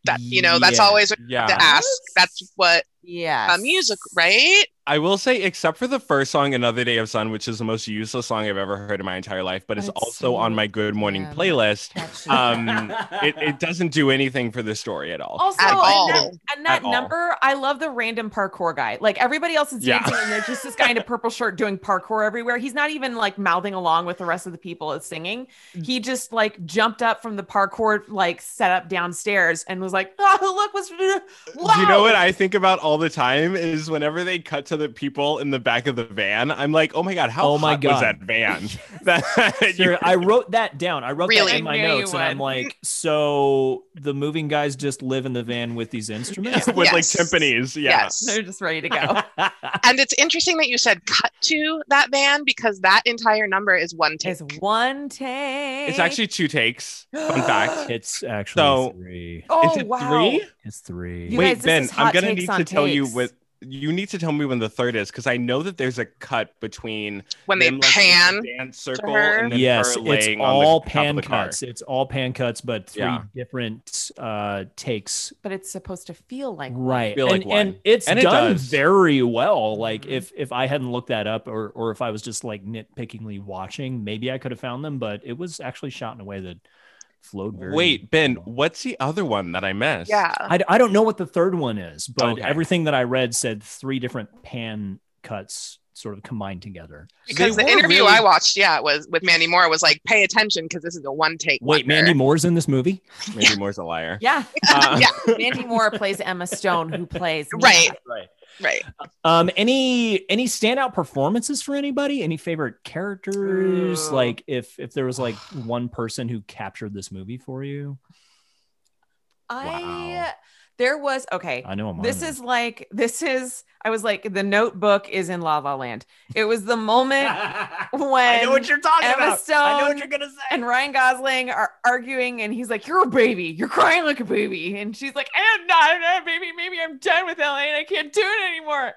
That you know, that's
Yeah.
always what
yeah.
you have to ask. That's what
Yeah.
a music, right?
I will say, except for the first song, Another Day of Sun, which is the most useless song I've ever heard in my entire life, but
But
it's
it's
also
so
on my Good Morning
damn
playlist.
Catchy.
Um, It, it doesn't do anything for the story at all.
Also,
At
and that,
all.
and that
At all.
number, I love the random parkour guy. Like everybody else is
Yeah.
dancing, and there's just this guy in a purple shirt doing parkour everywhere. He's not even like mouthing along with the rest of the people that's singing.
Mm.
He just like jumped up from the parkour like setup downstairs and was like, "Oh, look what's wow.
You know what I think about all the time is whenever they cut to the people in the back of the van, I'm like, oh my god, how
Oh my
hot was
God.
that van? that
Sir, I wrote that down. I wrote
Really?
that in
I
my
knew you
notes, and I'm
would.
like, so the moving guys just live in the van with these instruments.
with like
Yes.
timpanis, yeah.
Yes.
They're just ready to go.
And it's interesting that you said cut to that van because that entire number is one take.
it's one take.
It's actually two takes. Fun fact.
It's actually
So-
three.
oh
is it
wow.
three?
It's three.
You
Wait,
guys, this
Ben,
is
I'm
hot
gonna
takes
need to
on
tell you
takes.
what you need to tell me when the third is because I know that there's a cut between
When they
them, like, in the
pan,
dance circle
her.
and then
yes,
her
it's
laying on the
all
top of
pan
the car.
cuts. It's all pan cuts, but three
Yeah.
different uh takes.
But it's supposed to feel like
Right.
Feel like
and, and
one.
it's
And it
done
does. Mm-hmm.
very well. Like
Mhm.
if if I hadn't looked that up or or if I was just like nitpickingly watching, maybe I could have found them, but it was actually shot in a way that flowed very
Wait, Ben,
well.
what's the other one that I missed?
yeah.
I, I don't know what the third one is, but
Okay.
everything that I read said three different pan cuts sort of combined together.
Because
They
the
were
interview
really-
I watched, yeah, was with Mandy Moore was like, pay attention because this is a one take.
Wait, Mandy Moore's in this movie?
Maybe Moore's a liar.
Yeah.
Uh,
Yeah.
Mandy Moore plays Emma Stone, who plays Mia.
Right.
Right.
Right.
Um, any any standout performances for anybody? Any favorite characters?
Ooh.
Like if if there was like one person who captured this movie for you?
I
Wow.
there was okay.
I know I'm on
This
it.
is like this is I was like the notebook is in La La Land. It was the moment
I
when
know what you're talking
Emma
about. I know what
Stone
you're gonna say.
and Ryan Gosling are arguing and he's like, You're a baby, you're crying like a baby. And she's like, I am not, I'm not a baby, maybe I'm done with LA and I can't do it anymore.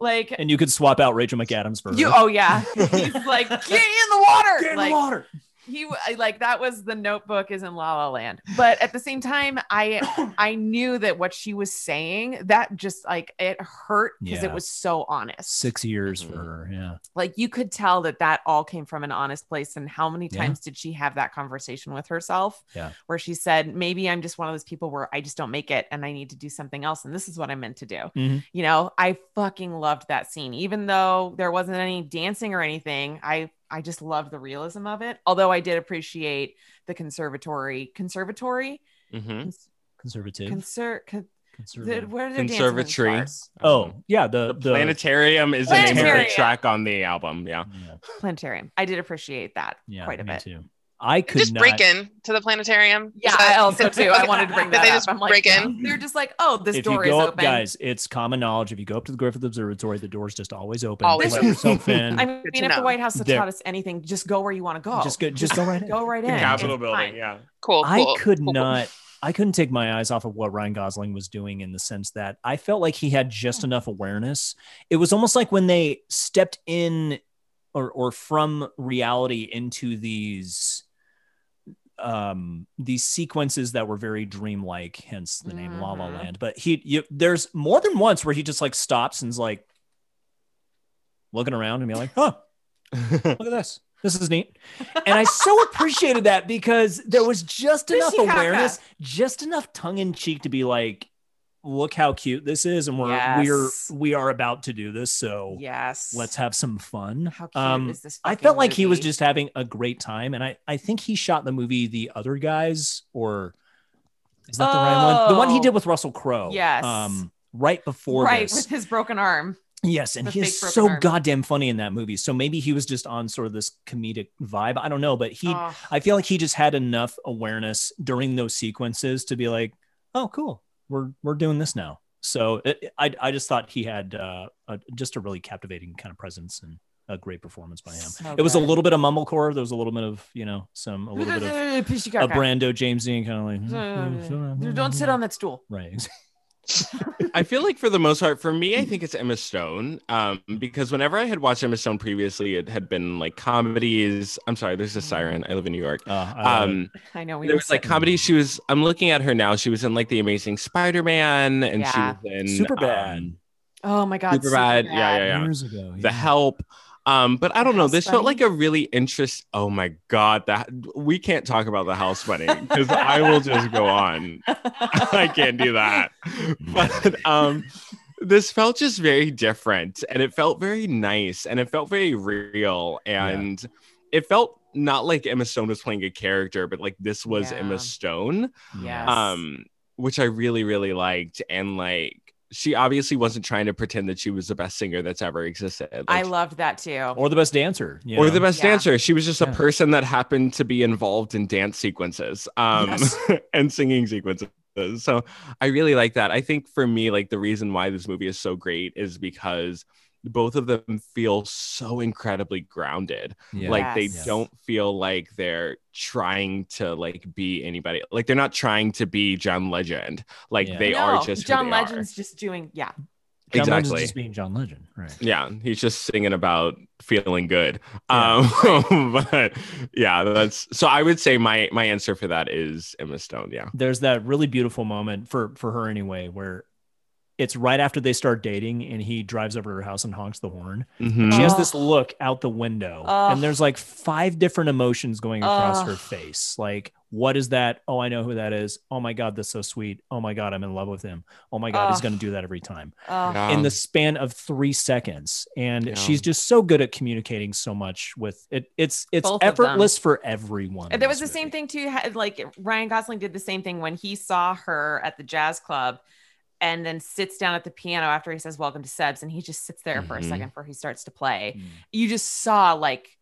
Like
And you could swap out Rachel McAdams for
you
her.
oh yeah. He's like, get in the water.
Get in
like,
the water.
he I- like that was the notebook is in la la land but at the same time i i knew that what she was saying that just like it hurt because
Yeah.
it was so honest
Six years
Mhm.
for her. Yeah.
like you could tell that that all came from an honest place and how many
Yeah.
times did she have that conversation with herself
Yeah.
where she said maybe i'm just one of those people where i just don't make it and i need to do something else and this is what i meant to do
Mhm.
you know i fucking loved that scene even though there wasn't any dancing or anything i i just loved the realism of it although i did appreciate the conservatory conservatory
Hmm?
mhm.
Cons-
Conservative.
conser con- the,
Conservative.
where are the dancing
Conservatory.
stars?
oh yeah, the
The,
the,
planetarium is the name of
Planetarium.
the track on the album. Yeah.
Yeah,
planetarium i did appreciate that
yeah,
quite a
me
bit
too. I could
Just
not.
break in to the planetarium.
Yeah,
Is
I
that-
also too. I wanted to bring
Did
that
they
up.
just
I'm like,
break in?
yeah. They're just like, oh, this
if
door
you go
is
up,
open.
guys, it's common knowledge. If you go up to the Griffith Observatory, the door's just always open.
Always
Let
open.
yourself in.
I mean,
Good to
if the
know.
White House has
There.
taught us anything, just go where you want to go.
Just go- just go right in.
Go right in.
The
Capitol
It's
building.
fine.
Yeah.
Cool.
I
cool,
could
cool, cool.
not. I couldn't take my eyes off of what Ryan Gosling was doing in the sense that I felt like he had
Hmm.
just enough awareness. It was almost like when they stepped in or or from reality into these um these sequences that were very dreamlike hence the name la la
Mm-hmm.
Mhm.
land but he you, there's more than once where he just like stops and's like looking around and be like huh look at this this is neat and i so appreciated that because there was just enough
Fishy caca.
awareness just enough tongue-in-cheek to be like look how cute this is and we're we're
Yes.
we are about to do this so
Yes.
Oh, let's have some fun
How cute
um
is this?
i
fucking
felt like he was
movie?
just having a great time and i i think he shot the movie the other guys or Is that the right one? The one he
Oh.
did with Russell Crowe. um,
Yes.
right before
right
this.
with his broken arm.
Yes, and
The
he
fake
is
broken
so
arm.
goddamn funny in that movie. So maybe he was just on sort of this comedic vibe. I don't know, but he,
Oh.
I feel like he just had enough awareness during those sequences to be like, oh, cool, we're we're doing this now. So it, I I just thought he had uh, a, just a really captivating kind of presence and a great performance by him.
So
It was a
good.
little bit of mumblecore. There was a little bit of you know some a little bit of a Brando Jamesian kind of like.
Don't sit on that stool.
Right.
I feel like for the most part, for me, I think it's Emma Stone. Um, because whenever I had watched Emma Stone previously, it had been like comedies. I'm sorry, there's a siren. I live in New York.
Uh, I love it.
Um,
I know we
there was like comedy. She was. I'm looking at her now. She was in like The Amazing Spider-Man, and
Yeah.
she was in
super bad.
um,
Oh my god, Superbad.
Superbad. Yeah, yeah, yeah.
Years ago,
The
yeah.
Help. Um, but I don't know.
House
This felt
Bunny?
like a really interest. Oh my god, that we can't talk about the house bunny because I will just go on. I can't do that. But um, this felt just very different, and it felt very nice, and it felt very real, and it felt not like Emma Stone was playing a character, but like this was
Yeah.
Emma Stone
Yes.
um which i really really liked and like she obviously wasn't trying to pretend that she was the best singer that's ever existed Like,
I loved that too.
or the best dancer. you
or
know?
the best
Yeah.
dancer she was just
Yeah.
a person that happened to be involved in dance sequences um
Yes.
and singing sequences so i really like that i think for me like the reason why this movie is so great is because both of them feel so incredibly grounded
Yeah.
like they
Yes.
don't feel like they're trying to like be anybody like they're not trying to be john legend like
Yeah.
they
no,
are just who
John
they are.
Legend's just doing yeah.
John Legend's
exactly
just being John Legend, right?
yeah he's just singing about feeling good
Yeah.
um but yeah that's so i would say my my answer for that is emma stone yeah
There's that really beautiful moment for for her anyway, where it's right after they start dating, and he drives over to her house and honks the horn.
Mhm.
She has
Oh.
this look out the window,
Oh.
and there's like five different emotions going across
Oh.
her face. Like, what is that? Oh, I know who that is. Oh my god, that's so sweet. Oh my god, I'm in love with him. Oh my god, he's
Oh.
gonna do that every time.
Oh,
Yeah.
in the span of three seconds and
Um, Yeah.
she's just so good at communicating so much with it it's it's
Both of them.
effortless for everyone in
There was the
this
same
movie.
thing too. ha- Like Ryan Gosling did the same thing when he saw her at the jazz club and then sits down at the piano after he says, Welcome to Sebs. And he just sits there for a
Mhm.
second before he starts to play.
Mm.
You just saw like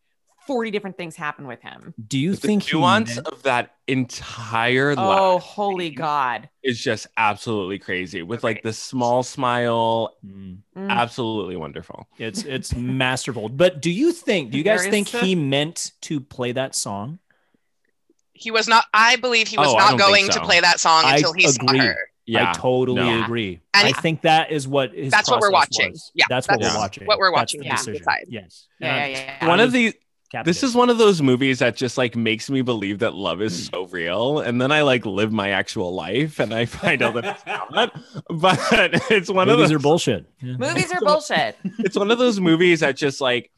40 different things happen with him.
do you
the
think he
nuance
meant-
of that entire laugh
Oh, holy God.
is just absolutely crazy with like the small smile
Mm.
Mm.
absolutely wonderful
it's it's masterful but do you think do you guys
There is
think
the-
he meant to play that song
He was not. I believe he was
Oh, I
not
don't think
going to
so.
play that song
I
until he
agree.
saw her.
yeah
i totally
no.
agree
And
i think that is what his
That's what we're
process
watching.
was.
Yeah,
that's, what
that's
we're watching
what we're
That's the
watching. Yeah.
decision.
Decide.
yes
Yeah,
And
yeah, yeah.
I
one of
was
the this
captivated.
is one of those movies that just like makes me believe that love is so real and then i like live my actual life and i find out that it's not but it's one
movies are
of those
bullshit Yeah.
Movies are bullshit.
it's one of those movies that just like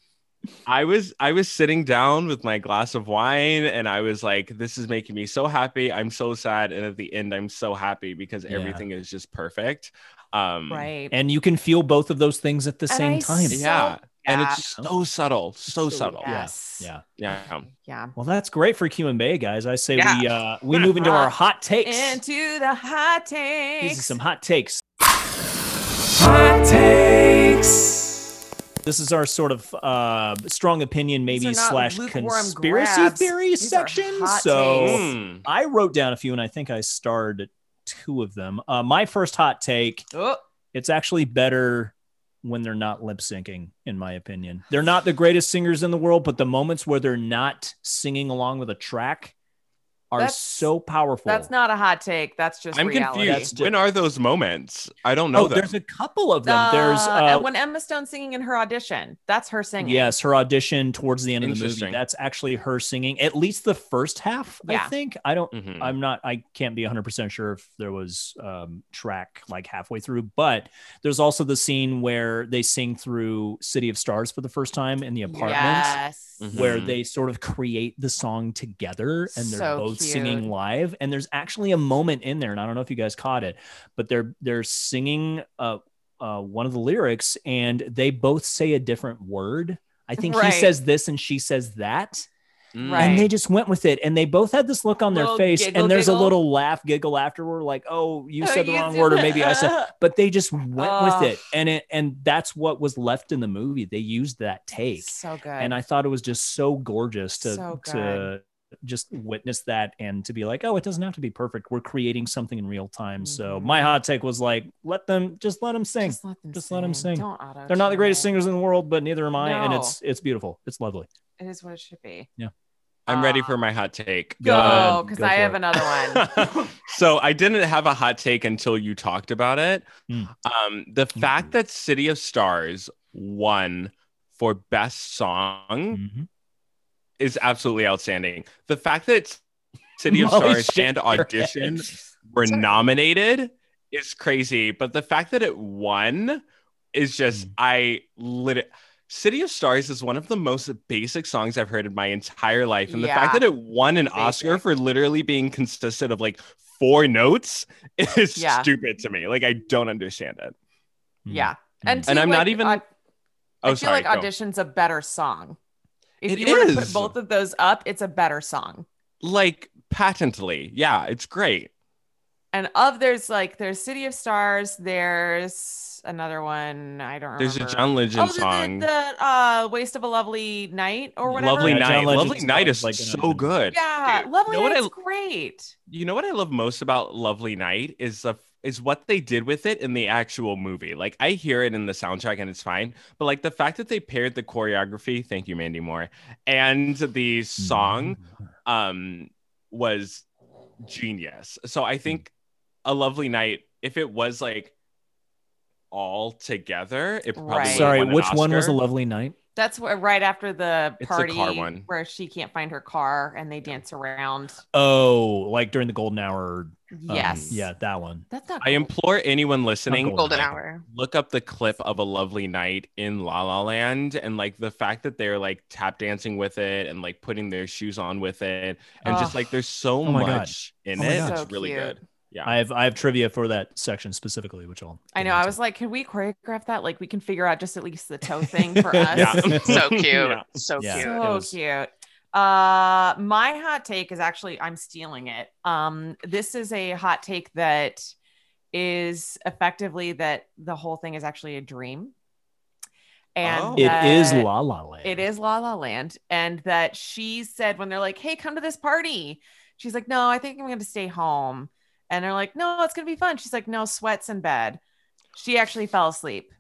i was i was sitting down with my glass of wine and i was like this is making me so happy i'm so sad and at the end i'm so happy because
Yeah.
everything is just perfect um
right.
and you can feel both of those things at the
And
same
I
time
s-
yeah and
Yeah.
it's so subtle so
So-
subtle
yeah,
yes.
yeah
yeah.
Yeah.
Well, that's great for Q and Bay guys. I say
Yeah.
we uh, we move into our hot takes.
Into the hot takes.
These are some hot takes.
Hot takes.
This is our sort of uh, strong opinion, maybe
These are not
slash
lukewarm
conspiracy
grabs.
theory
These are
section.
hot
So
takes.
Mm.
I wrote down a few, and I think I starred two of them. Uh, my first hot take:
Oh,
it's actually better when they're not lip syncing, in my opinion. They're not the greatest singers in the world, but the moments where they're not singing along with a track are
That's-
so powerful.
that's not a hot take. That's just
I'm
reality.
That's
confused.
di-
When are those moments? I don't know
oh,
them.
there's a couple of them. there's
Uh,
uh,
when Emma Stone's singing in her audition. That's her singing.
yes, her audition towards the end of the movie.
Interesting.
That's actually her singing at least the first half. I
Yeah.
think I don't.
Mhm.
I'm not. I can't be 100 percent sure if there was um, track like halfway through, but there's also the scene where they sing through "City of Stars" for the first time in the apartment. Mm-hmm.
Yes.
Mhm.
Where they sort of create the song together and they're
So
both
cute.
singing live, and there's actually a moment in there, and I don't know if you guys caught it, but they're they're singing uh, uh, one of the lyrics and they both say a different word. I think
Right.
he says this and she says that.
Mm.
Right.
and they just went with it and they both had this look on their
Little
face
giggle,
and there's a
giggle.
little laugh giggle after we're like oh you
Oh,
said the
you
wrong
did
word or
that.
maybe i said but they just went
Ugh.
with it and it and that's what was left in the movie they used that take
so good.
and i thought it was just so gorgeous to
So
to just witness that and to be like oh it doesn't have to be perfect we're creating something in real time so
Mhm.
my hot take was like let them just let them sing
Just let them
Just
sing.
let 'em sing.
Don't auto.
they're not the greatest singers in the world but neither am i and
No.
it's it's beautiful it's lovely
It is what it should be.
I'm ready
Ah.
for my hot take.
Go, because
go
I
for
have
it. Mm-hmm.
another one.
so I didn't have a hot take until you talked about it.
Mm.
Um, the fact that City of Stars won for best song
Mm-hmm.
Mhm.
is absolutely outstanding. The fact that City of
Molly Mm-hmm.
Stars and
shook her
Audition
head.
were nominated is crazy, but the fact that it won is just
Hmm.
Mm.
I lit City of Stars is one of the most basic songs I've heard in my entire life, and the fact
Yeah.
that it won an Oscar
Basic.
for literally being consisted of like four notes is
Yeah.
stupid to me. Like I don't understand it.
yeah,
Mm.
two,
And I'm not
like,
even-
au- I
Oh,
feel
sorry.
like
go.
audition's a better song. If
It
you were to put
is.
both of those up, it's a better song.
Like patently, yeah, it's great.
And of there's like there's City of Stars. There's another one I don't
There's
remember.
a John
oh,
Legend
the-
song.
The, the, uh, Waste of a Lovely Night or whatever.
Lovely
Yeah, John
night.
Legend's
Lovely night is
like an
so
anthem.
good.
Yeah,
Dude,
Lovely
know what I-
Night's great.
you know what I love most about Lovely Night is the is what they did with it in the actual movie. Like I hear it in the soundtrack and it's fine, but like the fact that they paired the choreography, thank you Mandy Moore, and the song
Mm-hmm.
um was genius. So I think
Mm-hmm.
A Lovely Night if it was like all together, it probably
Right.
would've
Sorry,
won an
which one was a
Oscar.
lovely night?
That's where, right after the
It's the car
party
one.
where she can't find her car and they dance around.
Oh, like during the golden hour. um,
Yes.
yeah, that one.
That's not.
I implore anyone listening
Golden
Golden
Hour.
hour.
look up the clip of a lovely night in La La Land and like the fact that they're like tap dancing with it and like putting their shoes on with it and just
Ugh.
like there's so
Oh my God.
much in
Oh my
it.
God.
It's
So
really
cute.
good. Yeah.
I have I have trivia for that section specifically, which I'll.
I know. I was like, can we choreograph that? Like, we can figure out just at least the toe thing for us.
Yeah.
So cute.
Yeah.
So
Yeah.
cute.
it
So
was-
cute. Uh, my hot take is actually I'm stealing it. Um, this is a hot take that is effectively that the whole thing is actually a dream, and
Oh.
It is
that-
La La Land.
It is La La Land, and that she said when they're like, "Hey, come to this party," she's like, "No, I think I'm going to stay home," and they're like, "No, it's going to be fun." She's like, "No, sweats in bed." She actually fell asleep.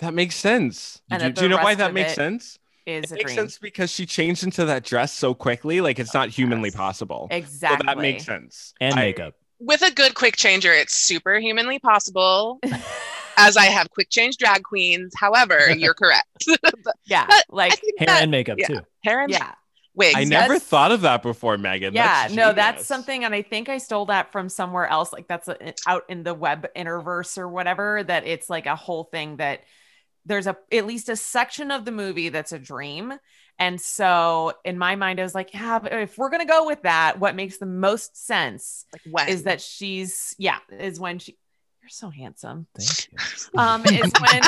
That makes sense.
And
do,
that
do you
the
know why
rest
that
of
makes
it
sense?
Is
It
a
makes
dream
sense because she changed into that dress so quickly, like it's not humanly
Yes.
possible.
exactly?
So that makes sense.
and
I-
makeup.
With a good quick changer, it's super humanly possible. as I have quick change drag queens. However, you're correct.
yeah,
But I
like
think
Hair
that
and makeup
yeah.
too.
hair and
yeah.
wigs.
I
Yes.
never thought of that before, Megan.
yeah
That's
no that's
genius.
something and i think i stole that from somewhere else like that's uh, out in the web interverse or whatever that it's like a whole thing that there's a at least a section of the movie that's a dream and so in my mind i was like yeah but if we're gonna go with that what makes the most sense
Like when?
is that she's yeah is when she you're so handsome
Thank you.
um, is when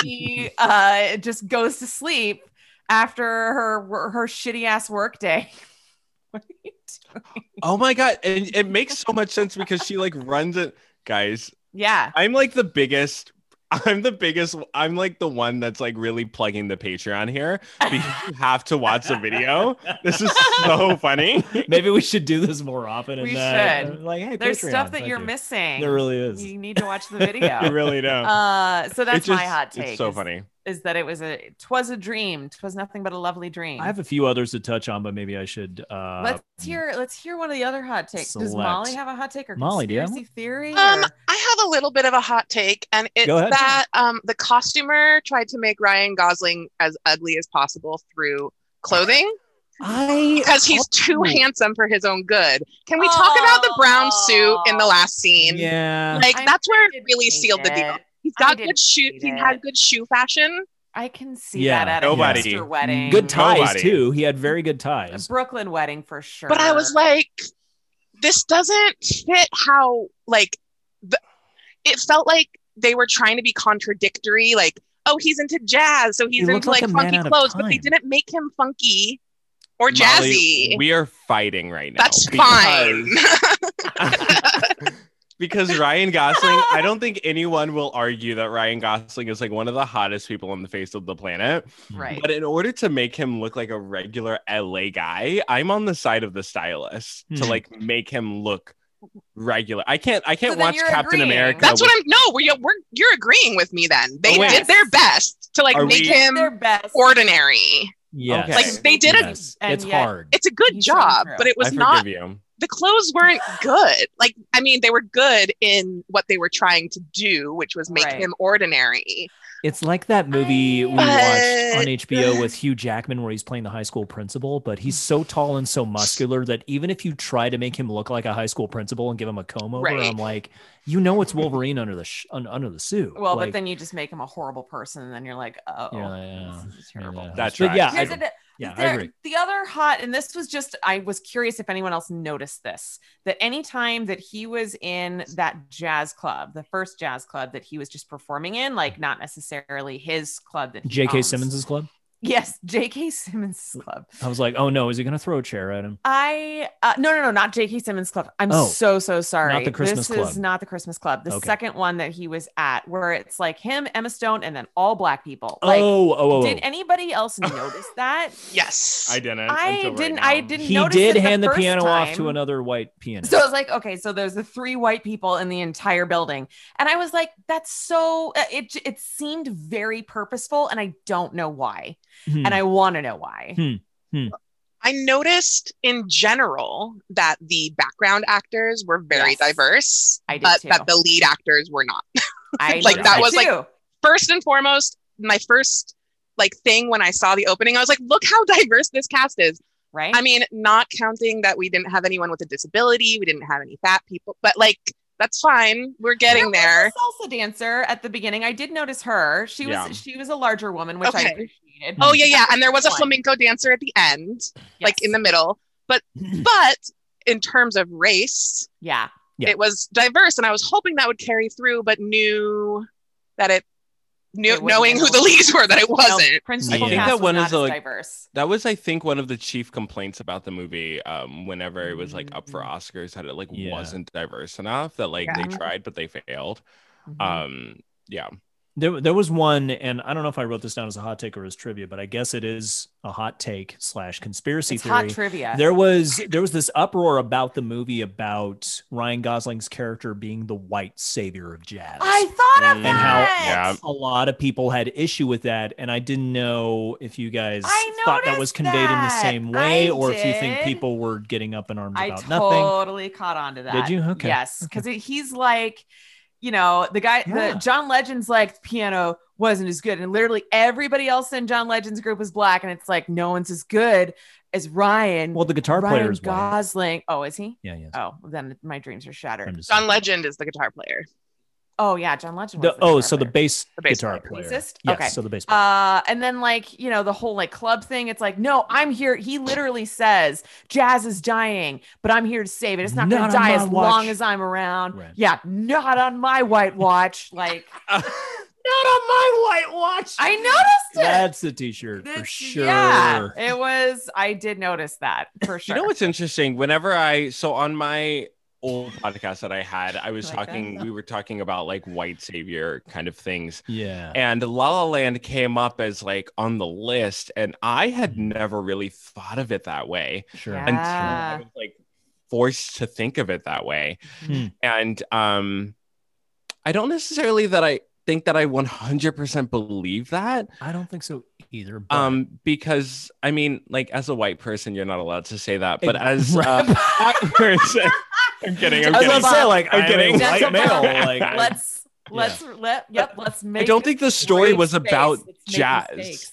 she uh, just goes to sleep after her her shitty ass work day What are you doing?
Oh my god, and it makes so much sense because she like runs it. Guys,
yeah
I'm like the biggest. I'm the biggest. I'm like the one that's like really plugging the Patreon here. Because you have to watch the video. This is so funny.
Maybe we should do this more often.
We
and, uh,
should.
Like, hey,
There's
Patreon,
stuff that
thank
you're
you.
missing.
There really is.
you need to watch the
I
video.
really know.
uh, so that's
It just-
my hot take.
It's so
is-
funny.
Is that it was a twas a dream. Twas nothing but a lovely dream.
I have a few others to touch on, but maybe I should. Uh,
let's hear let's hear one of the other hot takes. Does Molly
select-
have a hot take or
Molly, do you have
conspiracy theory?
Um,
or-
I have a little bit of a hot take, and it's
Go ahead.
that um, the costumer tried to make Ryan Gosling as ugly as possible through clothing
I
because he's too handsome for his own good. Can we talk about the brown suit in the last scene?
Yeah.
Like
I
that's where it
did
really
hate
sealed the deal.
it.
He's
I
got
did
good shoe. He
hate
had
it.
good shoe fashion.
I can see
Yeah.
that at
Nobody.
a Easter wedding.
Good ties
Nobody.
too. He had very good
A
ties.
Brooklyn wedding for sure.
But I was like, this doesn't fit how, like, the, it felt like they were trying to be contradictory. Like, oh, he's into jazz, so
He
he's
looked
into
like
like,
a man
funky
out of
clothes, but they
time.
didn't make him funky. or
Molly,
jazzy.
we are fighting right now.
That's fine.
because- because Ryan Gosling, I don't think anyone will argue that Ryan Gosling is like one of the hottest people on the face of the planet.
Right.
But in order to make him look like a regular LA guy, I'm on the side of the stylist to
Hmm.
like make him look regular. I can't I can't
then
watch
you're
Captain
agreeing.
America.
That's
with-
what I'm. No, we're, you're- we're you're agreeing with me. Then they
Oh, wait.
did their best to like
Are
make
we-
him
Their best.
ordinary.
Yes.
Okay.
Like they did a.
Yes.
And
It's
yet-
hard.
It's a good
You shone
job,
through.
but it
I
was
forgive
not.
you.
The clothes weren't good. Like I mean, they were good in what they were trying to do, which was make
Right.
him ordinary.
It's like that movie we
But-
watched on HBO with Hugh Jackman where he's playing the high school principal, but he's so tall and so muscular that even if you try to make him look like a high school principal and give him a comb over,
Right.
I'm like, you know, it's Wolverine under the sh- un- under the suit.
Well,
Like,
but then you just make him a horrible person, and then you're like, oh,
Yeah,
this is terrible.
yeah.
That
But yeah,
tracks.
I-
Here's the-
yeah, I
there- Oh,
agree.
The other hot, and this was just, I was curious if anyone else noticed this that anytime that he was in that jazz club, the first jazz club that he was just performing in, like not necessarily his club that he
J.K.
owns.
Simmons's club.
Yes, J.K. Simmons' club.
I was like, oh no, is he gonna throw a chair at him?
I uh, no no no not J.K. Simmons Club. I'm
Oh.
so so sorry.
Not the Christmas
this
Club.
is not the Christmas Club. The
Okay.
second one that he was at, where it's like him, Emma Stone, and then all black people. Like,
oh, oh, oh, oh.
did anybody else notice that?
Yes.
I didn't.
I
until right
didn't-
now.
I didn't-
he
notice
did
it the
hand the,
first
piano off
time.
to another white pianist.
So I was like, okay, so there's the three white people in the entire building, and I was like, that's so. uh, It j- it seemed very purposeful, and I don't know why,
Hmm.
and I want to know why.
Hmm.
I noticed in general that the background actors were very
Yes.
diverse,
I did
but
too.
that the lead actors were not.
I
like,
noticed
that was, like,
too.
First and foremost, my first like thing when I saw the opening, I was like, look how diverse this cast is.
right.
I mean, not counting that we didn't have anyone with a disability, we didn't have any fat people, but like that's fine. We're getting
There
there.
was a salsa dancer at the beginning. I did notice her. She was
Yeah.
she was a larger woman, which I
Okay.
appreciated.
Oh yeah, yeah. And there was a
One.
flamenco dancer at the end, like
Yes.
in the middle. But but in terms of race,
yeah.
Yeah.
it was diverse and i was hoping that would carry through but knew that it knew
It wouldn't
knowing who the leads were that it
No,
wasn't
principal
I think
cast
that
was
one
not
is a,
as
like-
diverse.
That was, I think, one of the chief complaints about the movie. Um, whenever it was like up for
Mm.
Oscars, that it like
Yeah.
wasn't diverse enough. That like
Yeah.
they tried but they failed.
Mhm.
Um, yeah,
There, there was one, and I don't know if I wrote this down as a hot take or as trivia, but I guess it is a hot take slash conspiracy
it's hot
theory.
trivia.
there was there was this uproar about the movie about Ryan Gosling's character being the white savior of jazz.
I thought of
And
and how
that.
Yeah.
a lot of people had issue with that, and I didn't know if you guys
I
thought that
noticed
was conveyed in the
that.
same way,
I
or if you think
did.
people were getting up in arms
I
about nothing.
totally caught on to that.
you? Okay.
Yes, because he's like, you know, the guy,
Yeah.
the John Legend's like piano wasn't as good, and literally everybody else in John Legend's group was black, and it's like no one's as good as Ryan.
Well, the guitar
Ryan
player is white.
Gosling. Oh, is he?
Yeah, yeah.
Oh, then my dreams are
I'm
shattered.
just-
john legend is the guitar player
Oh yeah, John Legend.
The-
was
oh,
guitar
so the
player.
bass,
The bass
guitar player.
player.
Bassist?
Yes,
Okay.
so the bass player.
Uh, and then like you know the whole like club thing. It's like no, I'm here. He literally says jazz is dying, but I'm here to save it. It's not,
Not
going
on
to die
my
as
watch."
long as I'm around.
Right.
Yeah, not on my white watch. Like
Um,
Not on my white watch.
I noticed it.
That's the t-shirt for
This-
sure.
Yeah, it was. I did notice that for
you
sure.
know what's interesting? Whenever I so on my old podcast that I had, I was
Like that?
talking. We were talking about like white savior kind of things,
Yeah.
and La La Land came up as like on the list, and I had never really thought of it that way.
Sure.
Yeah.
until I
Ah.
was like forced to think of it that way.
Hmm.
And um I don't necessarily that I think that I 100% believe that
I don't think so either. But
um because I mean like as a white person you're not allowed to say that but as
Right.
a black person I'm kidding I'm
I was
As
kidding.
gonna say, like,
I'm
I'm
kidding.
getting white male. Like,
let's let's let yep. Let's make.
don't think the story
great
was
space.
about
Let's make
jazz.
mistakes.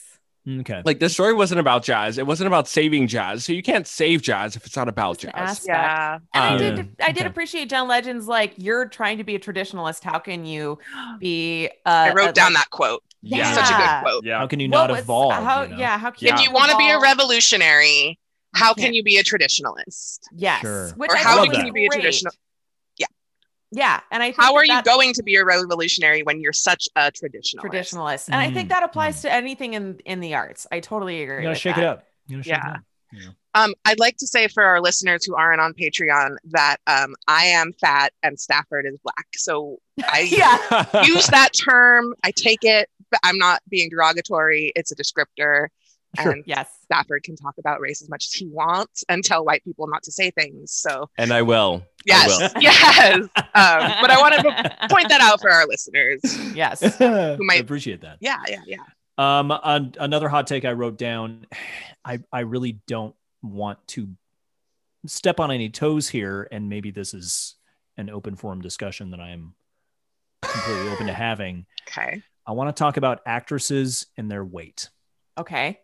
okay.
like the story wasn't about jazz it wasn't about saving jazz so you can't save jazz if it's not about
Just an
jazz
ass- And I
Um,
did, I did
okay.
appreciate John Legend's like, you're trying to be a traditionalist. How can you be? Uh,
i wrote
uh,
down that quote
Yeah.
such a
Yeah.
good quote
yeah
How can you
what
not
was-
evolve?
How,
you know?
Yeah. How can
Yeah.
if you want to be a
evolve?
revolutionary how can
can't.
you be a traditionalist
Yes.
Sure.
Which
Or
I
how
think
can
is
you be a
great.
traditional- Yeah.
Yeah. And I think
how
that
are you
that-
going to be a revolutionary when you're such a traditionalist
traditionalist? And I think
Mm,
that applies to anything in in the arts. I totally agree.
You gotta
with
shake
that.
it up. You gotta shake
Yeah.
it up.
Um, I'd like to say for our listeners who aren't on Patreon that um, I am fat and Stafford is black. So I
yeah.
use that term. I take it, but I'm not being derogatory. It's a descriptor.
Sure.
And
Yes.
Stafford can talk about race as much as he wants and tell white people not to say things. So,
And I will.
yes,
I will.
yes. Um, but I wanted to point that out for our listeners.
Yes.
I
might-
appreciate that.
Yeah, yeah, yeah.
Um, an- another hot take I wrote down. I I really don't want to step on any toes here, and maybe this is an open forum discussion that I'm completely open to having.
Okay.
I want to talk about actresses and their weight.
Okay.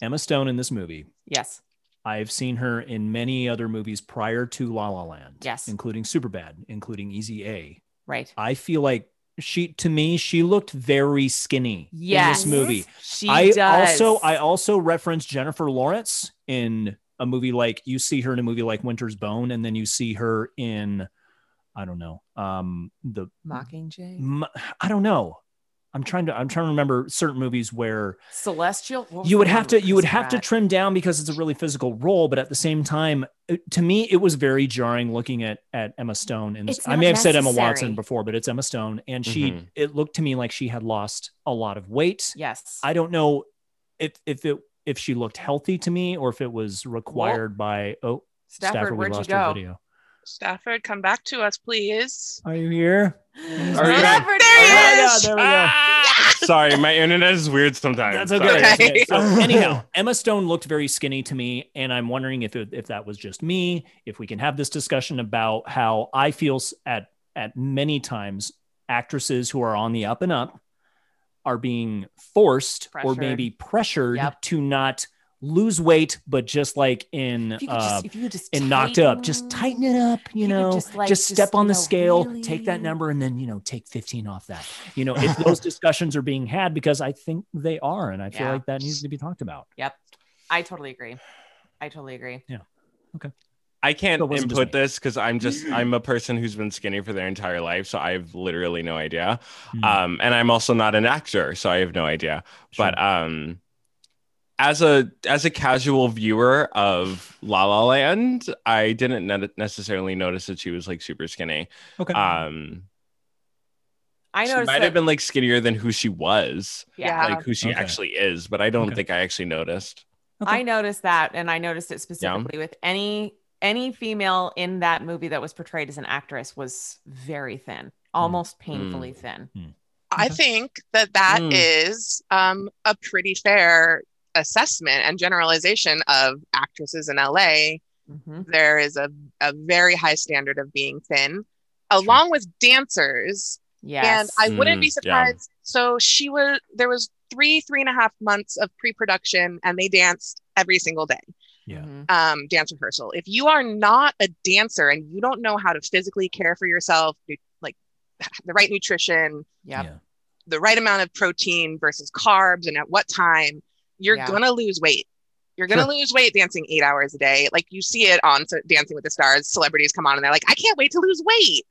Emma Stone in this movie.
Yes.
I've seen her in many other movies prior to La La Land.
Yes.
Including Superbad, including Easy A.
Right.
I feel like she to me, she looked very skinny
Yes.
in this movie.
She
I
does.
also I also referenced Jennifer Lawrence in a movie like you see her in a movie like Winter's Bone, and then you see her in I don't know um the
Mockingjay.
m- I don't know. I'm trying to I'm trying to remember certain movies where
Celestial. What was
you would
the
have
one
to
with
you would
Chris
have to
Pratt?
trim down because it's a really physical role, but at the same time, it- to me, it was very jarring looking at at Emma Stone. And
It's
I
not
may have said Emma
necessary.
Watson before, but it's Emma Stone, and she
Mhm.
it looked to me like she had lost a lot of weight.
Yes.
I don't know if if it if she looked healthy to me or if it was required by oh
Stafford,
Stafford, we
where'd you
lost your
go?
video.
Stafford, come back to us, please.
Are you here?
Are you-
Stafford
There
is-
he
Oh my God,
is.
there we go.
Sorry, my internet is weird sometimes.
That's okay.
Sorry.
That's
Okay.
okay. So anyhow, Emma Stone looked very skinny to me, and I'm wondering if it, if that was just me. If we can have this discussion about how I feel s- at at many times actresses who are on the up and up are being forced or
Pressured.
maybe pressured
Yep.
to not lose weight, but just like in
If you could
uh,
just, if you could just
in knocked up, just tighten it up. You,
you could
know, just,
just, like, just,
step on
you
the
know,
scale,
really-
take that number, and then you know take 15 off that. You know, if those discussions are being had, because I think they are, and I feel
Yeah.
like that needs to be talked about.
I totally agree. I totally agree.
I can't
That wasn't just
input
me.
this because I'm just I'm a person who's been skinny for their entire life, so I have literally no idea.
Hmm.
Um, and I'm also not an actor, so I have no idea. But
Sure.
um, as a as a casual viewer of La La Land, I didn't ne- necessarily notice that she was like super skinny.
okay,
Um,
I
she
noticed
might
that-
have been like skinnier than who she was,
yeah.
Yeah.
like who she
Okay.
actually is, but I don't
Okay.
think I actually noticed.
Okay.
I noticed that, and I noticed it specifically with any any female in that movie that was portrayed as an actress was very
Hmm.
thin,
Hmm.
almost painfully thin.
I
Okay.
think that that
Mm-hmm. Mm.
is um, a pretty fair assessment and generalization of actresses in LA.
Mhm.
There is a, a very high standard of being thin, along with dancers.
Yes.
And I wouldn't be
Mm, yeah.
surprised. So she was there was three three and a half months of pre-production, and they danced every single day.
Yeah.
Mhm.
um, dance rehearsal. If you are not a dancer and you don't know how to physically care for yourself, nu- like the right nutrition,
Yep.
Yeah.
the right amount of protein versus carbs, and at what time, you're
Yeah.
gonna lose weight. You're gonna lose weight dancing eight hours a day. Like you see it on so Dancing with the Stars, celebrities come on and they're like, I can't wait to lose weight.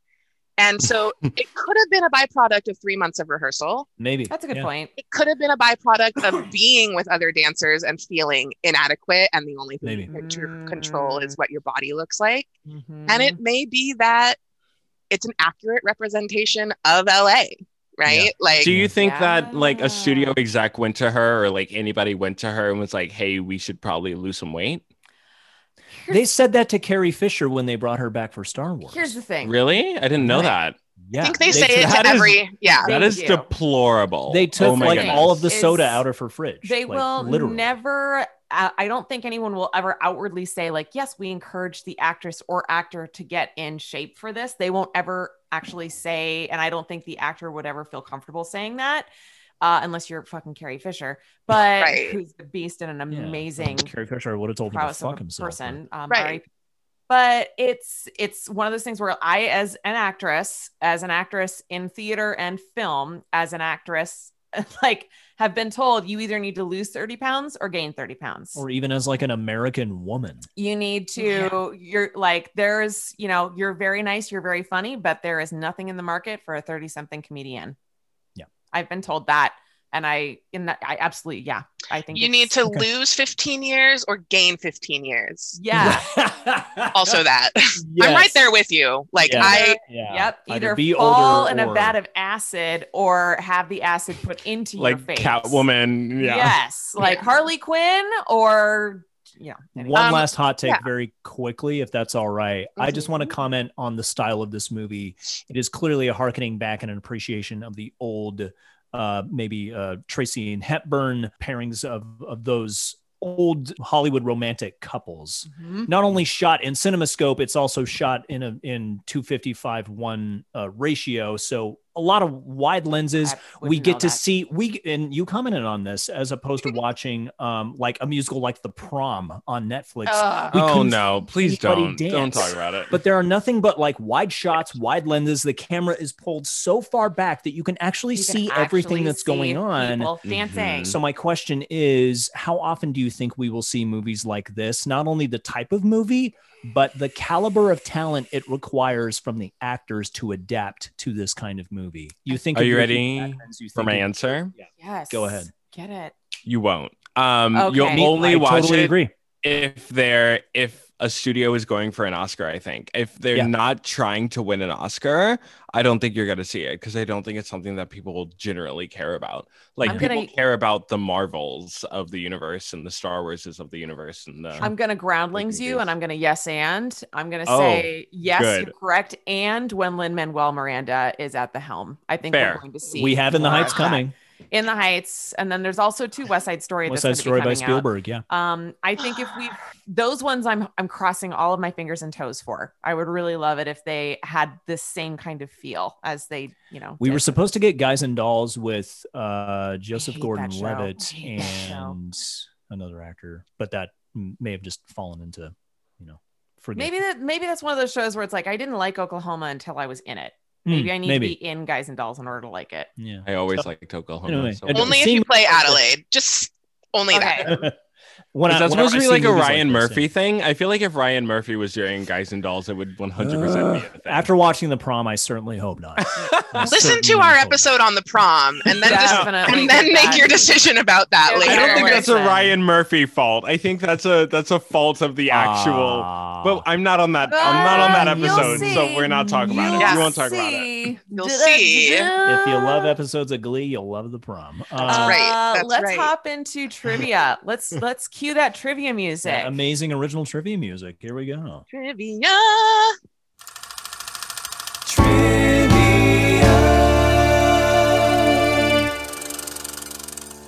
And so it could have been a byproduct of three months of rehearsal.
maybe
That's a good
Yeah.
point.
It could have been a byproduct of being with other dancers and feeling inadequate. And the only thing
Maybe.
you can tr- control is what your body looks like.
Mhm.
And it may be that it's an accurate representation of LA, right? Like,
Do you think that like
Yeah.
a studio exec went to her or like anybody went to her and was like, "Hey, we should probably lose some weight"?
They said that to Carrie Fisher when they brought her back for Star Wars.
Here's the thing.
Really? I didn't know
Right.
that.
yeah,
I think they say it
that
to
is-
every, yeah.
that
They
is
do.
deplorable.
they took
Oh my
like
goodness.
all of the
It's-
soda out of her fridge.
They
like,
will
literally.
never. I I don't think anyone will ever outwardly say like, "Yes, we encourage the actress or actor to get in shape for this." They won't ever actually say, and I don't think the actor would ever feel comfortable saying that, uh, unless you're fucking Carrie Fisher, but
Right.
who's a beast and an
Yeah.
amazing
Carrie Fisher would have told him to
prowess of
fuck
a
himself.
person. Um,
Right.
RIP. But it's it's one of those things where I, as an actress, as an actress in theater and film, as an actress, like have been told you either need to lose thirty pounds or gain thirty pounds.
Or even as like an American woman.
you need to.
Yeah.
You're like there's you know you're very nice, you're very funny, but there is nothing in the market for a thirty something comedian.
Yeah.
I've been told that, and I and I absolutely yeah I think
You
it's-
need to lose 15 years or gain 15 years.
Yeah.
Also, that I'm right
Yes.
there with you. Like,
Yeah.
I
Yeah.
Yep.
Either
Either,
be
fall
older
in a
or-
vat of acid or have the acid put into
like
your face.
Catwoman. Yeah.
Yes. Like Harley Quinn or you know. anyway.
One
Um,
last hot take
yeah.
very quickly, if that's all right. I just
Mm-hmm.
want to comment on the style of this movie. It is clearly a harkening back and an appreciation of the old, uh, maybe uh, Tracy and Hepburn pairings of, of those old Hollywood romantic couples.
Mhm.
Not only shot in CinemaScope, it's also shot in a in 255 1 uh, ratio. So a lot of wide lenses
I
we
wouldn't
get
know
to
that.
see we and you commented on this as opposed to watching um like a musical like the prom on netflix
Ugh.
We
Oh
couldn't
no! Please
anybody
don't. Don't
dance.
talk about it.
but there are nothing but like wide shots wide lenses the camera is pulled so far back that you can actually
You can
see everything
actually
that's
see
going on
people
Mm-hmm.
dancing.
Mm.
so my question is how often do you think we will see movies like this not only the type of movie but the caliber of talent it requires from the actors to adapt to this kind of movie you think
Are
of
you
your
ready
Batmans, you
for
think
my
of-
answer,
Yes.
Go ahead.
Get it.
you won't. Um,
Okay.
you'll
Me-
only
I
watch
totally
it
agree
if they're if a studio is going for an Oscar. I think if they're
Yeah.
not trying to win an Oscar, I don't think you're gonna see it because I don't think it's something that people will generally care about. Like
I'm
people
gonna-
care about the Marvels of the universe and the Star Warses of the universe and the.
I'm gonna groundlings you
confused.
and I'm gonna yes and I'm gonna
Oh,
say yes,
good.
you're correct. And when Lin Manuel Miranda is at the helm. I think
Fair.
we're going to see
we have in the
more
heights
of that.
coming
In the Heights. And then there's also two West Side Story
west
that's gonna
side story
be
by
coming out.
spielberg yeah
Um, I think if we those ones I'm I'm crossing all of my fingers and toes for. I would really love it if they had the same kind of feel as they, you know,
we
did.
were supposed to get guys and dolls with uh joseph
hate that
gordon levitt
show. I hate that show.
and another actor but that m- may have just fallen into you know forget
maybe that maybe that's one of those shows where it's like I didn't like Oklahoma until I was in it.
Hmm,
Maybe I need
maybe.
to be in Guys and Dolls in order to like it.
yeah
I always liked Oklahoma.
Anyway,
so-
I don't-
only if
Seem-
you play Adelaide, just only that.
Okay.
when
Is
I-
that
whenever
supposed to
I
be
see
like a
movies
Ryan
this,
Murphy
yeah.
thing? I feel like if Ryan Murphy was doing Guys and Dolls, it would 100 percent be a thing.
after watching the prom i certainly hope not
Uh.
I
Listen to
certainly
our
hope not.
episode on the prom and then just
Definitely
and then
get
make
that.
your decision about that
Yeah,
later.
I don't think that's a
Listen.
Ryan Murphy fault. I think that's a that's a fault of the actual.
Ah.
But I'm not on that. I'm not on that
Ah, you'll
episode, so
see.
we're not talking about it.
You'll
We won't talk about it.
see.
You'll see.
if you love episodes of glee you'll love the prom
That's
Uh,
right.
Uh,
that's
let's
right.
hop into trivia. Let's let's cue that trivia music.
yeah, amazing original trivia music here we go
Trivia.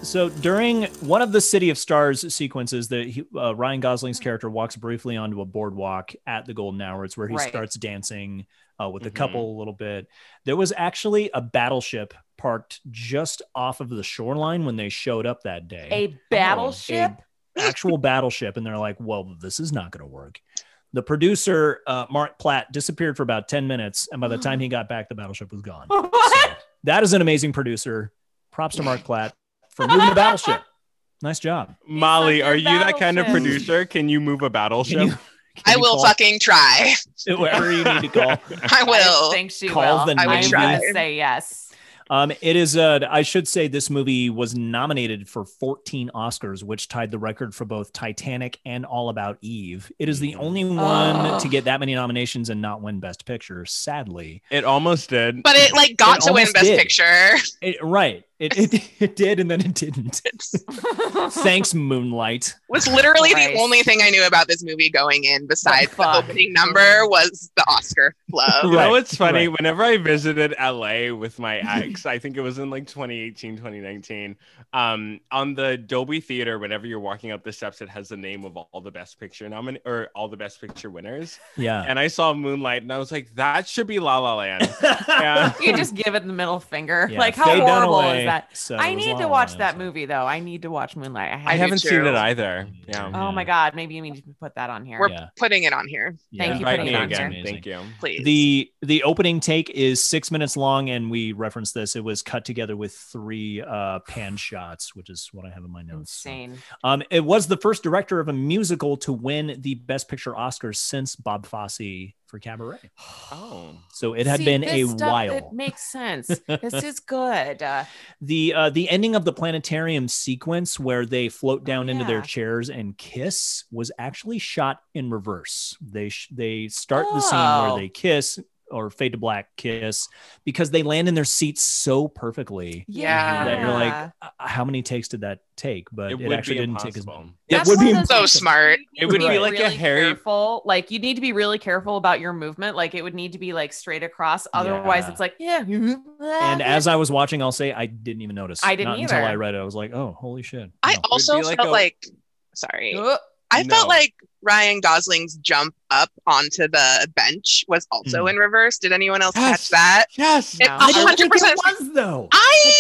So during one of the City of Stars sequences, that he, uh, Ryan Gosling's character walks briefly onto a boardwalk at the Golden Hour. It's where he
Right.
starts dancing uh, with the
Mhm.
couple a little bit. There was actually a battleship parked just off of the shoreline when they showed up that day.
A battleship.
actual battleship, and they're like, "Well, this is not going to work." The producer uh, Mark Platt disappeared for about ten minutes, and by the time he got back, the battleship was gone. So, that is an amazing producer. Props to Mark Platt for moving the battleship. Nice job.
Molly,
He's
are
like
you
your
that kind of
battleship.
producer? Can you move a
Can
battleship?
you- can
I
you
will
call
fucking try.
whoever you need to call.
I will.
I think she
Call
will.
the
I
would
am
try.
gonna say yes.
Um, it is. Uh, I should say this movie was nominated for 14 Oscars, which tied the record for both Titanic and All About Eve. It is the only one
Ugh.
to get that many nominations and not win Best Picture. Sadly,
It almost did.
But it like got
It
to win
almost
Best
did.
Picture.
it, right? It, it it did, and then it didn't. Thanks, Moonlight.
was literally
Christ.
the only thing I knew about this movie going in, besides the
fuck?
opening number was the Oscar flow.
You
Right,
know what's funny?
right.
Whenever I visited LA with my ex, I think it was in like 2018, 2019, um, on the Dolby Theater, whenever you're walking up the steps, it has the name of all the best picture nomin or all the best picture winners.
Yeah.
And I saw Moonlight and I was like, that should be La La Land.
yeah.
you just give it the middle finger.
Yeah,
Like how
Faye
horrible
Dunaway
is that?
said it
I
was
need
La
to
La
watch
Land,
that
so-
movie though. I need to watch Moonlight. I have
I,
do
haven't seen
too.
it either. Yeah.
Oh my god, maybe we need to put that on here.
We're
Yeah.
putting it on here,
Thank you for
Invite
putting
me
it on
again.
Amazing.
Thank you.
please.
the the opening take is six minutes long and we referenced this it was cut together with three uh pan shots which is what i have in my notes So,
Insane.
um it was the first director of a musical to win the best picture oscar since bob fosse for Cabaret.
Oh.
So it had
See,
been
this
a
stuff,
while.
It makes sense. this is good. Uh,
the uh, the ending of the planetarium sequence where they float down into their
yeah.
chairs and kiss was actually shot in reverse. They sh- they start the scene where
Oh.
they kiss or fade to black kiss because they land in their seats so perfectly
Yeah.
that you're
yeah.
like, "Uh, how many takes did that take? But it,
It would
actually
be
didn't take as
impossible.
many.
That's
it would
one
be
of those
So
things that
smart.
you
It would
need to
be
like a Harry-
careful. Like you need to be really careful about your movement. Like it would need to be like straight across. Otherwise,
Yeah.
it's like yeah.
And as I was watching, I'll say I didn't even notice.
I didn't
Not until
either.
I read it. I was like, oh, holy shit.
I
No.
also
be like
felt
a-
like, sorry,
Uh,
I
No.
felt like Ryan Gosling's jump up onto the bench was also
Hmm.
in reverse. Did anyone else
Yes.
catch that?
Yes.
It-
No.
I don't think it
100%.
was though.
I.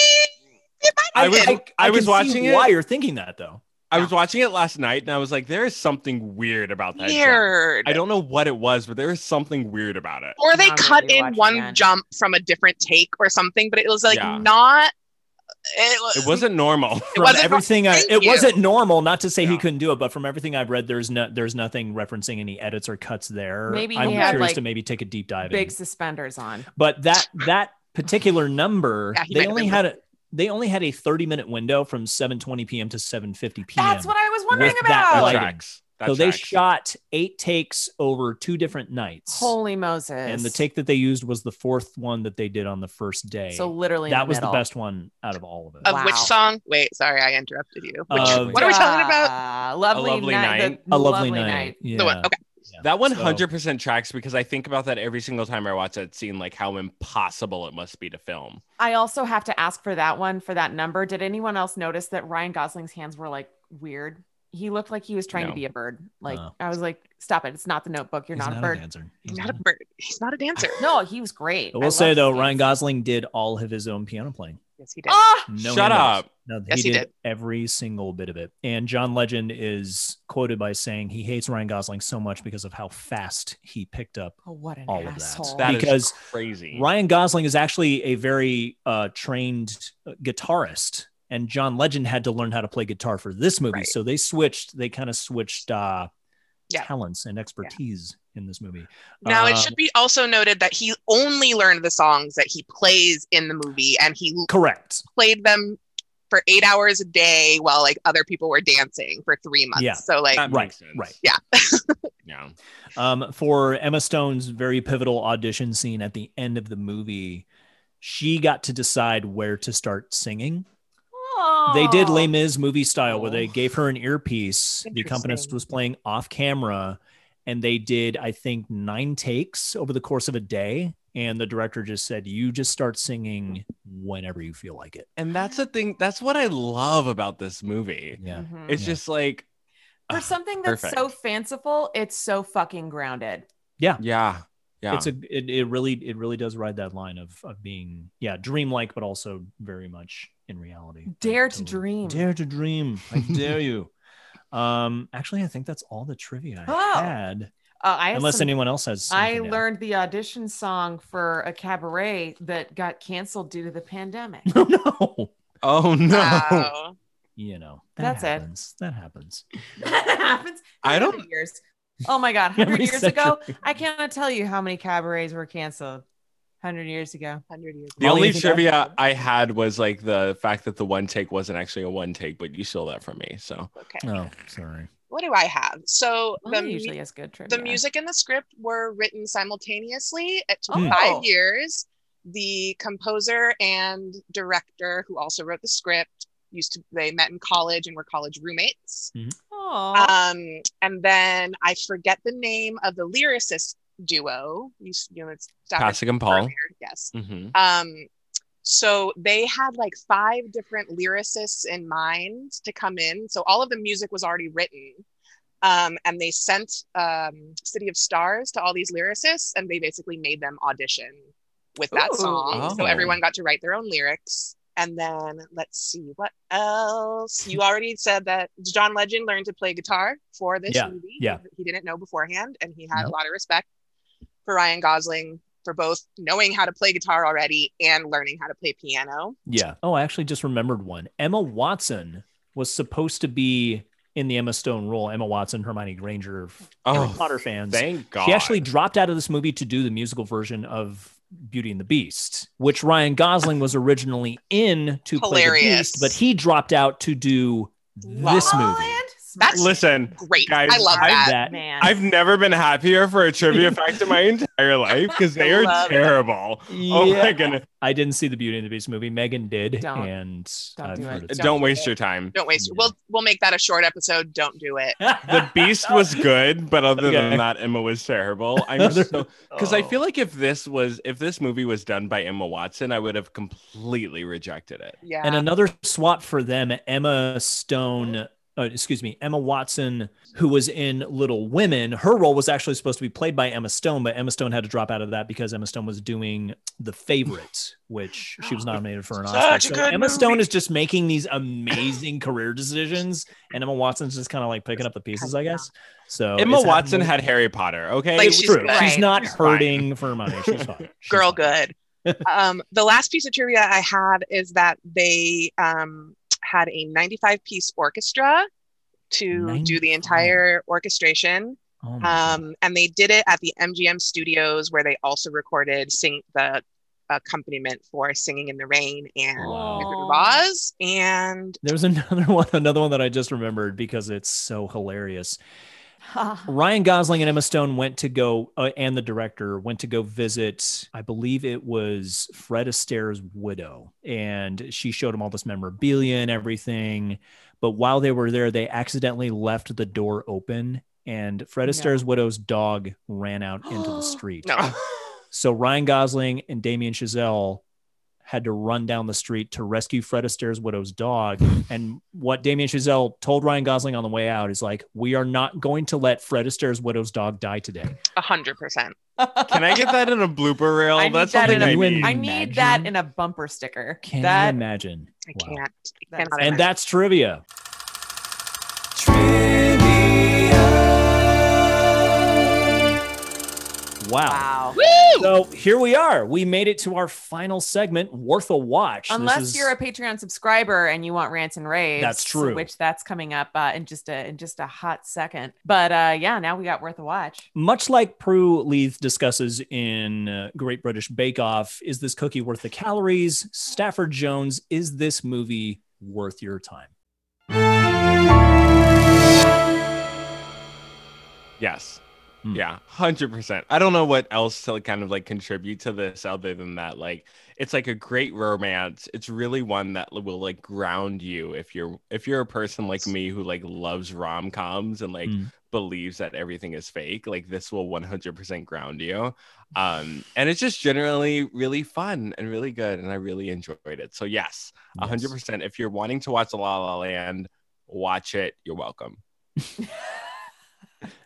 It might
I
have
was
been.
I, was
can see
watching it.
Why you're thinking that though?
I was watching it last night and I was like, there is something weird about that. jump.
weird.
I don't know what it was, but there is something weird about it.
or they
Not
cut
really
in
watching
one
it.
jump from a different take or something, but it was like
Yeah.
not. It, was,
It wasn't normal.
It
From
wasn't-
everything, I,
thank
it
you.
wasn't normal. Not to say he
Yeah.
couldn't do it, but from everything I've read, there's no, there's nothing referencing any edits or cuts there.
Maybe
I'm
he had,
curious
like,
to maybe take a deep dive.
big
in.
suspenders on.
But that that particular number,
Yeah, he might
they
have
only
been-
had a they only had a 30 minute window from 7:20 p.m. to 7:50 p.m.
That's what I was wondering
With that
That
about.
lighting.
tracks. That
so they
tracks.
shot eight takes over two different nights.
Holy Moses!
and the take that they used was the fourth one that they did on the first day.
So literally, in
that was the
middle.
best one out of all of it.
Of
Wow.
which song? Wait, sorry, I interrupted you. Which,
Uh,
what are we talking about?
Ah, lovely,
Lovely
night.
Night.
the
a lovely, night. Yeah.
The one. Okay.
Yeah.
That one
So-
hundred percent tracks because I think about that every single time I watch that scene, like how impossible it must be to film.
I also have to ask for that one for that number. Did anyone else notice that Ryan Gosling's hands were like weird? He looked like he was trying
No.
to be a bird. Like
Oh.
I was like, stop it! It's not the Notebook. You're
He's
not, a
a
bird.
dancer.
He's
He's
not a
not.
bird. He's not a dancer.
No, he was great.
I
I
will say
loved
though,
his
Ryan
dance.
Gosling did all of his own piano playing.
Yes, he did.
Ah,
No
Shut
handouts.
up.
No,
Yes,
he,
he
did,
did.
every single bit of it. And John Legend is quoted by saying he hates Ryan Gosling so much because of how fast he picked up
oh, what an
all of that.
asshole!
That is
Because
crazy.
Ryan Gosling is actually a very uh, trained uh, guitarist, and John Legend had to learn how to play guitar for this movie.
Right.
So they switched. They kind of switched uh,
Yeah.
talents and expertise in this movie.
Now it
Um,
should be also noted that he only learned the songs that he plays in the movie, and he l-
Correct.
played them for eight hours a day while like other people were dancing for three months.
Yeah. Um,
So like,
That
Right,
makes sense.
right.
Yeah.
yeah.
Um, for Emma Stone's very pivotal audition scene at the end of the movie, she got to decide where to start singing. They did
Oh.
Les Mis movie style where
Oh.
they gave her an earpiece. The accompanist
Interesting.
was playing off camera, and they did, I think, nine takes over the course of a day. And the director just said, You just start singing whenever you feel like it.
And that's the thing. That's what I love about this movie.
Yeah.
Mhm.
It's
Yeah.
just like,
for
Ugh,
something that's
perfect.
so fanciful. It's so fucking grounded.
yeah, yeah.
It's a it, it really it really does ride that line of of being yeah, dreamlike, but also very much in reality. I
Dare to
totally-
dream.
Dare to dream. I dare you. Um actually I think that's all the trivia I
Oh.
had.
Uh, I have
Unless
some-
anyone else has
I
something to add.
learned the audition song for a cabaret that got canceled due to the pandemic.
No, no.
oh no.
wow.
You know,
That's it.
happens. That happens.
that happens.
I
every
don't-
Years. Oh my God, hundred
Every
years ago, I cannot tell you how many cabarets were canceled. Hundred years ago.
Hundred years.
The
Molly,
only
anything to add?
trivia I had was like the fact that the one take wasn't actually a one take, but you stole that from me. So
Okay.
Oh, sorry.
What do I have? So
Well,
the mu-
usually has good trivia.
the music and the script were written simultaneously. It
Hmm.
Oh.
took five years. The composer and director, who also wrote the script, used to they met in college and were college roommates.
Oh,
Um, and then I forget the name of the lyricist duo. You, s- you know, it's
Pasek and Paul.
earlier, Yes.
hmm
Um, so they had like five different lyricists in mind to come in. So all of the music was already written. Um, and they sent um, City of Stars to all these lyricists, and they basically made them audition with that
Ooh.
song. So
Oh.
everyone got to write their own lyrics. And then let's see what else. You already said that John Legend learned to play guitar for this
Yeah,
movie.
yeah.
He didn't know beforehand, and he had a lot of respect for Ryan Gosling for both knowing how to play guitar already and learning how to play piano.
Yeah. Oh, I actually just remembered one. Emma Watson was supposed to be in the Emma Stone role, Emma Watson, Hermione Granger, Harry
Oh,
Potter fans.
thank God.
She actually dropped out of this movie to do the musical version of Beauty and the Beast, which Ryan Gosling was originally in to play the
Hilarious.
Beast, but he dropped out to do this
Wow.
movie.
That's
listen.
great.
Guys,
I love
I-
that.
That
man.
I've never been happier for a trivia fact in my entire life because they are
Love it.
terrible. Oh my
Yeah.
goodness!
I didn't see the Beauty and the Beast movie. Megan did,
Don't.
and
Don't
I've
do
heard
it.
it's
Don't, waste your time.
Don't waste. We'll we'll make that a short episode. Don't do it.
The Beast was good, but other
Okay.
than that, Emma was terrible. I'm so because I
Oh.
feel like if this was if this movie was done by Emma Watson, I would have completely rejected it.
Yeah.
and another swap for them emma stone uh, excuse me emma watson who was in little women her role was actually supposed to be played by emma stone but emma stone had to drop out of that because emma stone was doing the favorite which she was nominated for an
Such
oscar
a
so
good
emma stone
movie.
is just making these amazing career decisions and emma watson's just kind of like picking up the pieces i guess so
Emma
Oh, it's
Watson
happening.
had Harry Potter. Okay,
Like,
It
she's
was-
true
good.
she's not
She's fine.
hurting for money she's fine She's
girl
fine.
good um, the last piece of trivia i have is that they um, had a 95 piece orchestra to do the
95.
entire orchestration
Oh my God.
um, and they did it at the mgm studios where they also recorded sing the accompaniment for singing in the rain and
Wow.
Wizard of Oz. and
there's another one another one that i just remembered because it's so hilarious Ryan Gosling and Emma Stone went to go, uh, and the director went to go visit, I believe it was Fred Astaire's widow. And she showed him all this memorabilia and everything. But while they were there, they accidentally left the door open, and Fred
No.
Astaire's widow's dog ran out into the street.
no
So Ryan Gosling and Damien Chazelle had to run down the street to rescue Fred Astaire's widow's dog. And what Damien Chazelle told Ryan Gosling on the way out is like, we are not going to let Fred Astaire's widow's dog die today.
100%
Can I get that in a blooper reel?
I need
That's
that
something
in a-
I
You
need.
I need that
Imagine.
in a bumper sticker.
Can you
that
imagine?
i
Wow.
can't I
That is-
cannot
And that's trivia. Wow.
wow.
imagine. Woo!
So here we are. We made it to our final segment, worth a watch. This
Unless
is-
you're a Patreon subscriber and you want rants and raves,
That's true.
Which that's coming up uh, in just a in just a hot second. But uh, yeah, now we got worth a watch.
much like Prue Leith discusses in uh, Great British Bake Off, is this cookie worth the calories? Stafford Jones, is this movie worth your time?
Yes.
Hmm.
Yeah, hundred percent. I don't know what else to kind of like contribute to this other than that. Like, it's like a great romance. It's really one that will like ground you if you're if you're a person like me who like loves rom coms and like
Hmm.
believes that everything is fake. Like, this will one hundred percent ground you. Um, and it's just generally really fun and really good, and I really enjoyed it. So yes, hundred
Yes.
percent. If you're wanting to watch La La Land, watch it. You're welcome.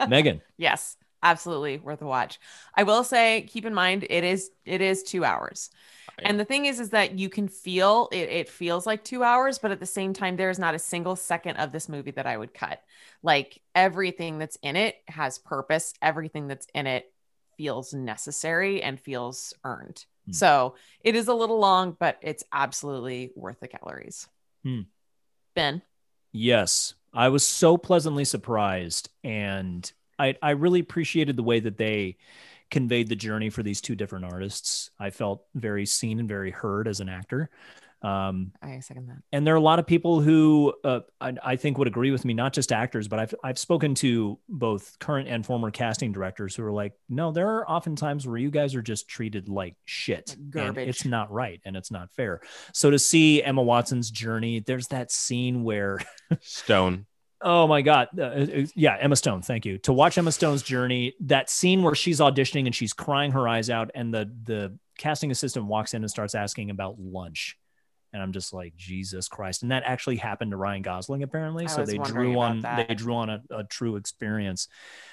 Megan,
Yes, absolutely worth a watch. I will say, keep in mind it is it is two hours.
I-
And the thing is, is that you can feel it, it feels like two hours, but at the same time, there is not a single second of this movie that I would cut. Like everything that's in it has purpose, everything that's in it feels necessary and feels earned.
Hmm.
So it is a little long, but it's absolutely worth the calories.
Hmm.
Ben,
Yes. I was so pleasantly surprised. And I, I really appreciated the way that they conveyed the journey for these two different artists. I felt very seen and very heard as an actor. Um,
I second that.
and there are a lot of people who uh, I, I think would agree with me, not just actors, but I've, I've spoken to both current and former casting directors who are like, no, there are often times where you guys are just treated like shit.
Like
and
garbage.
it's not right and it's not fair. So to see Emma Watson's journey, there's that scene where
Stone.
Oh my God. Uh, uh, yeah, Emma Stone. Thank you. To watch Emma Stone's journey, that scene where she's auditioning and she's crying her eyes out, and the the casting assistant walks in and starts asking about lunch. And I'm just like, Jesus Christ. And that actually happened to Ryan Gosling, apparently.
I
so
was
they
wondering
drew
about
on
that.
they drew on a, a true experience.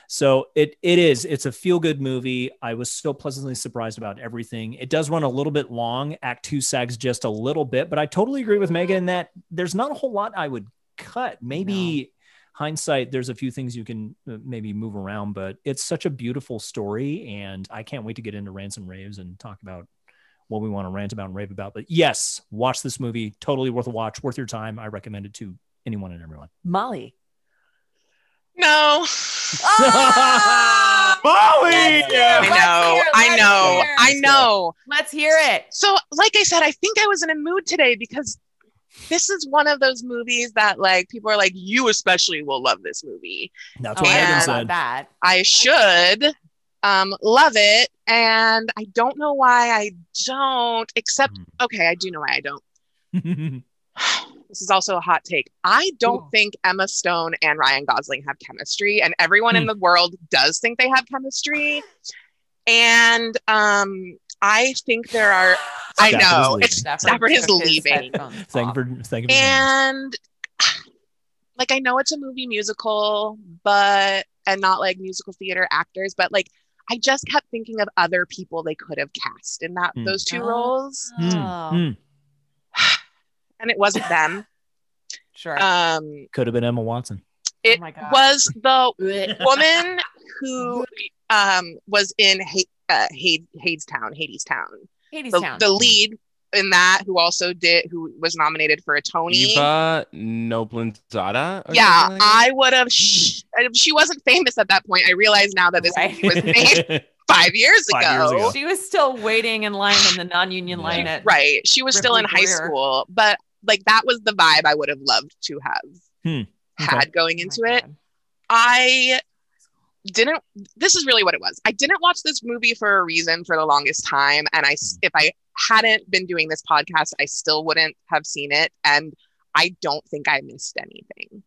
So it it is. It's a feel-good movie. I was so pleasantly surprised about everything. It does run a little bit long. Act two sags just a little bit, but I totally agree with
Mm-hmm.
Megan that there's not a whole lot I would cut. Maybe hindsight, there's a few things you can uh, maybe move around, but it's such a beautiful story. And I can't wait to get into Rants and Raves and talk about what we want to rant about and rave about. But yes, watch this movie. Totally worth a watch, worth your time. I recommend it to anyone and everyone.
Molly,
No.
Ah!
Molly!
That's it.
I
Let's
know.
hear it,
I
let's
know.
hear it.
I know.
Let's hear it.
So, like I said, I think I was in a mood today because this is one of those movies that, like, people are like, you especially will love this movie.
That's
Oh,
what
I
Megan
Megan
And-
forgot
said.
about that.
I should um, love it. And I don't know why I don't, except,
Hmm.
okay, I do know why I don't. This is also a hot take. I don't
Ooh.
think Emma Stone and Ryan Gosling have chemistry, and everyone in the world does think they have chemistry. And um, I think there are,
Stafford
I
is
know,
leaving.
it's Stafford is
took his
leaving.
headphones
Thank
off.
for thank you for joining us.
and like I know it's a movie musical, but and not like musical theater actors, but like I just kept thinking of other people they could have cast in that
Hmm.
those two
Ah.
roles,
Mm,
Hmm.
Oh,
mm.
and it wasn't them.
Sure. Uh,
Um,
Could have been Emma Watson.
it
my God.
was the woman who um, was in ha- uh, Hades, Hadestown, Hadestown,
Hades
the,
Town.
the lead in that who also did who was nominated for a Tony.
Eva Noblanzada? or
yeah,
something like that?
I would have. She, she wasn't famous at that point. I realize now that this
Right.
movie was made five years ago.
Five years ago.
she was still waiting in line in the non-union
Yeah.
line at
Right. She was still in
Ripley
high
Greer.
school, but like that was the vibe I would have loved to have
Hmm, okay.
had going
Oh my
into it.
God.
I didn't this is really what it was. I didn't watch this movie for a reason for the longest time and I
Hmm.
s- if I hadn't been doing this podcast, I still wouldn't have seen it and I don't think I missed anything.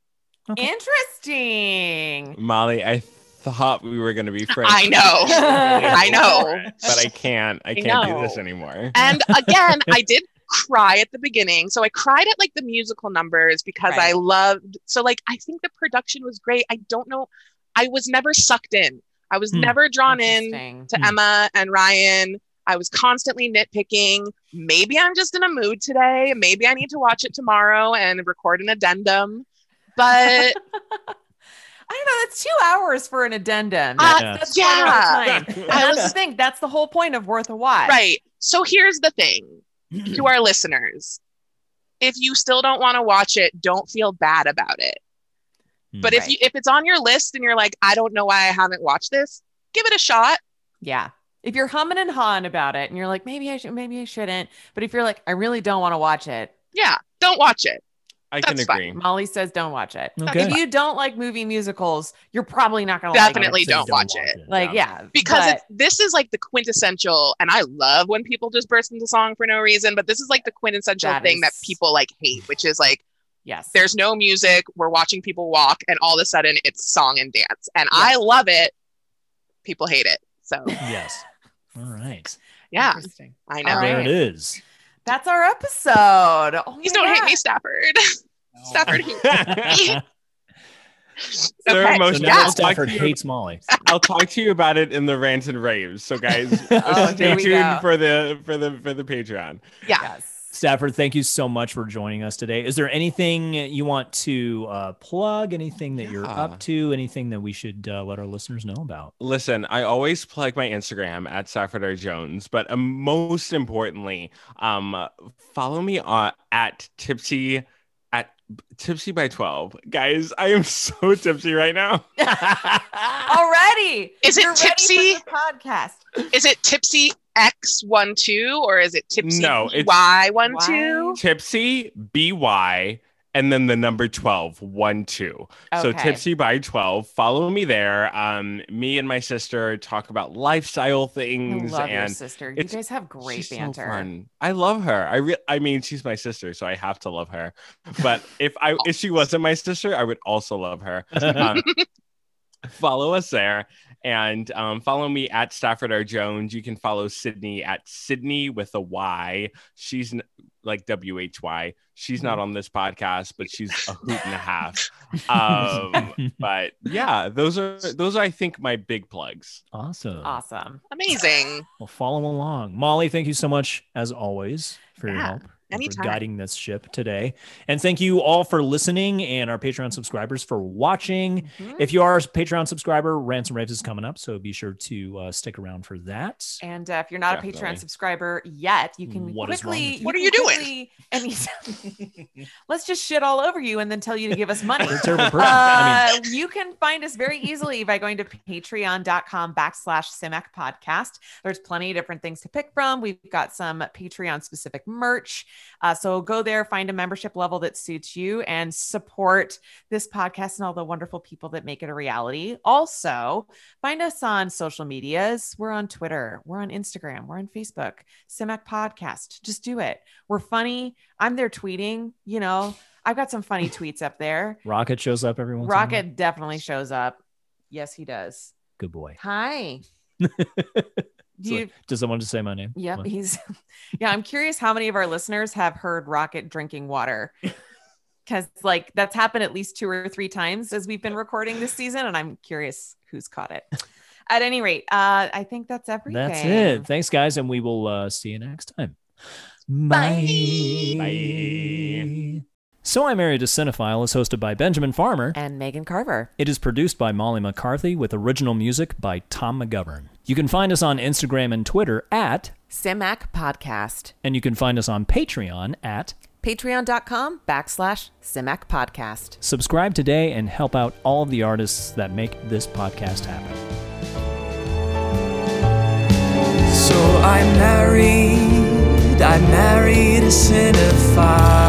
Interesting.
Molly, I thought we were going to be friends.
I know. I know.
But I can't. I can't do this
know.
anymore.
And again, I did cry at the beginning. So I cried at like the musical numbers because I
Right.
loved. So like I think the production was great. I don't know. I was never sucked in. I was
Hmm.
never drawn in
Interesting.
to
Hmm.
Emma and Ryan. I was constantly nitpicking. Maybe I'm just in a mood today. Maybe I need to watch it tomorrow and record an addendum. But
I don't know. That's two hours for an addendum.
Uh,
that's
yeah.
quite a lot of time. And
I
that's
was-
the thing. That's the whole point of worth a watch.
right. So here's the thing. to our listeners if you still don't want to watch it don't feel bad about it
Hmm.
but if
Right.
you if it's on your list and you're like i don't know why i haven't watched this give it a shot
Yeah. If you're humming and hawing about it, and you're like, maybe I should, maybe I shouldn't. But if you're like, I really don't want to watch it,
yeah don't watch it
I can
that's fine.
agree.
Molly says, don't watch it.
okay.
If you don't like movie musicals, you're probably not gonna
Definitely
like it.
don't watch it.
Like, yeah,
because
but-
it's, this is like the quintessential and i love when people just burst into song for no reason but this is like the quintessential
That
thing that
is-
people like hate which is like
yes,
there's no music we're watching people walk and all of a sudden it's song and dance and i love it people hate it so
Yes. All right.
yeah
Interesting.
i
All
know
There
right.
it is.
That's our episode. Oh
please
my
don't hate
God.
me stafford stafford hates
They're
Okay.
so
emotional.
Yeah.
now
I'll, talk
Stafford
to you,
hates Molly.
I'll talk to you about it in the rants and raves. So guys, uh,
Oh,
stay
here we
tuned
go.
for the for the for the Patreon.
Yes.
Stafford, thank you so much for joining us today. Is there anything you want to uh, plug? Anything that you're
Yeah.
up to? Anything that we should uh, let our listeners know about?
Listen, I always plug my Instagram at Safford R. Jones, but um, most importantly, um, follow me on at Tipsy at Tipsy by twelve. Guys, I am so tipsy right now.
Already.
Is it
You're ready for
tipsy?
your podcast.
Is it Tipsy X one two or is it Tipsy
No, it's-
Y one two?
tipsy B Y and then the number 12 1 2 so
Okay.
tipsy by 12 follow me there um me and my sister talk about lifestyle
I
things
love your
and
sister. You
it's-
guys have great
she's so
banter.
fun. i love her i re- i mean she's my sister so i have to love her but if i if she wasn't my sister i would also love her um, follow us there and um, follow me at Stafford R. Jones. You can follow Sydney at Sydney with a Y. She's n- like W H Y. She's not on this podcast, but she's a hoot and a half. Um, but yeah, those are those are I think my big plugs.
awesome.
Awesome.
Amazing.
Well, follow along. Molly, thank you so much as always for your
Yeah.
help.
Anytime.
for guiding this ship today. And thank you all for listening and our Patreon subscribers for watching.
Mhm.
If you are a Patreon subscriber, Ransom Raves is coming up, so be sure to uh, stick around for that.
And uh, if you're not a
Definitely.
Patreon subscriber yet, you can
What is wrong
quickly.
with
What are
can
you doing?
quickly- And he's- let's just shit all over you and then tell you to give us money.
You're a terrible person. I mean,
Uh, you can find us very easily by going to patreon.com backslash simac podcast there's plenty of different things to pick from we've got some patreon specific merch uh, so go there find a membership level that suits you and support this podcast and all the wonderful people that make it a reality also find us on social medias we're on twitter we're on instagram we're on facebook simac podcast just do it we're funny i'm there tweeting you know i've got some funny tweets up there
Rocket shows up every once in a while.
Rocket definitely shows up. Yes, he does.
Good boy.
Hi.
It's
Do you?
like, does someone just say my name?
Yep,
What?
he's. Yeah, I'm curious how many of our listeners have heard Rocket drinking water, because like that's happened at least two or three times as we've been recording this season, and I'm curious who's caught it. At any rate, uh, I think that's everything.
That's it. Thanks, guys, and we will uh, see you next time. Bye.
Bye.
So I Married a Cinephile is hosted by Benjamin Farmer.
And Megan Carver.
It is produced by Molly McCarthy with original music by Tom McGovern. You can find us on Instagram and Twitter at,
Simac Podcast.
and you can find us on Patreon at.
Patreon.com backslash Simac Podcast.
Subscribe today and help out all of the artists that make this podcast happen.
So I married, I married a cinephile.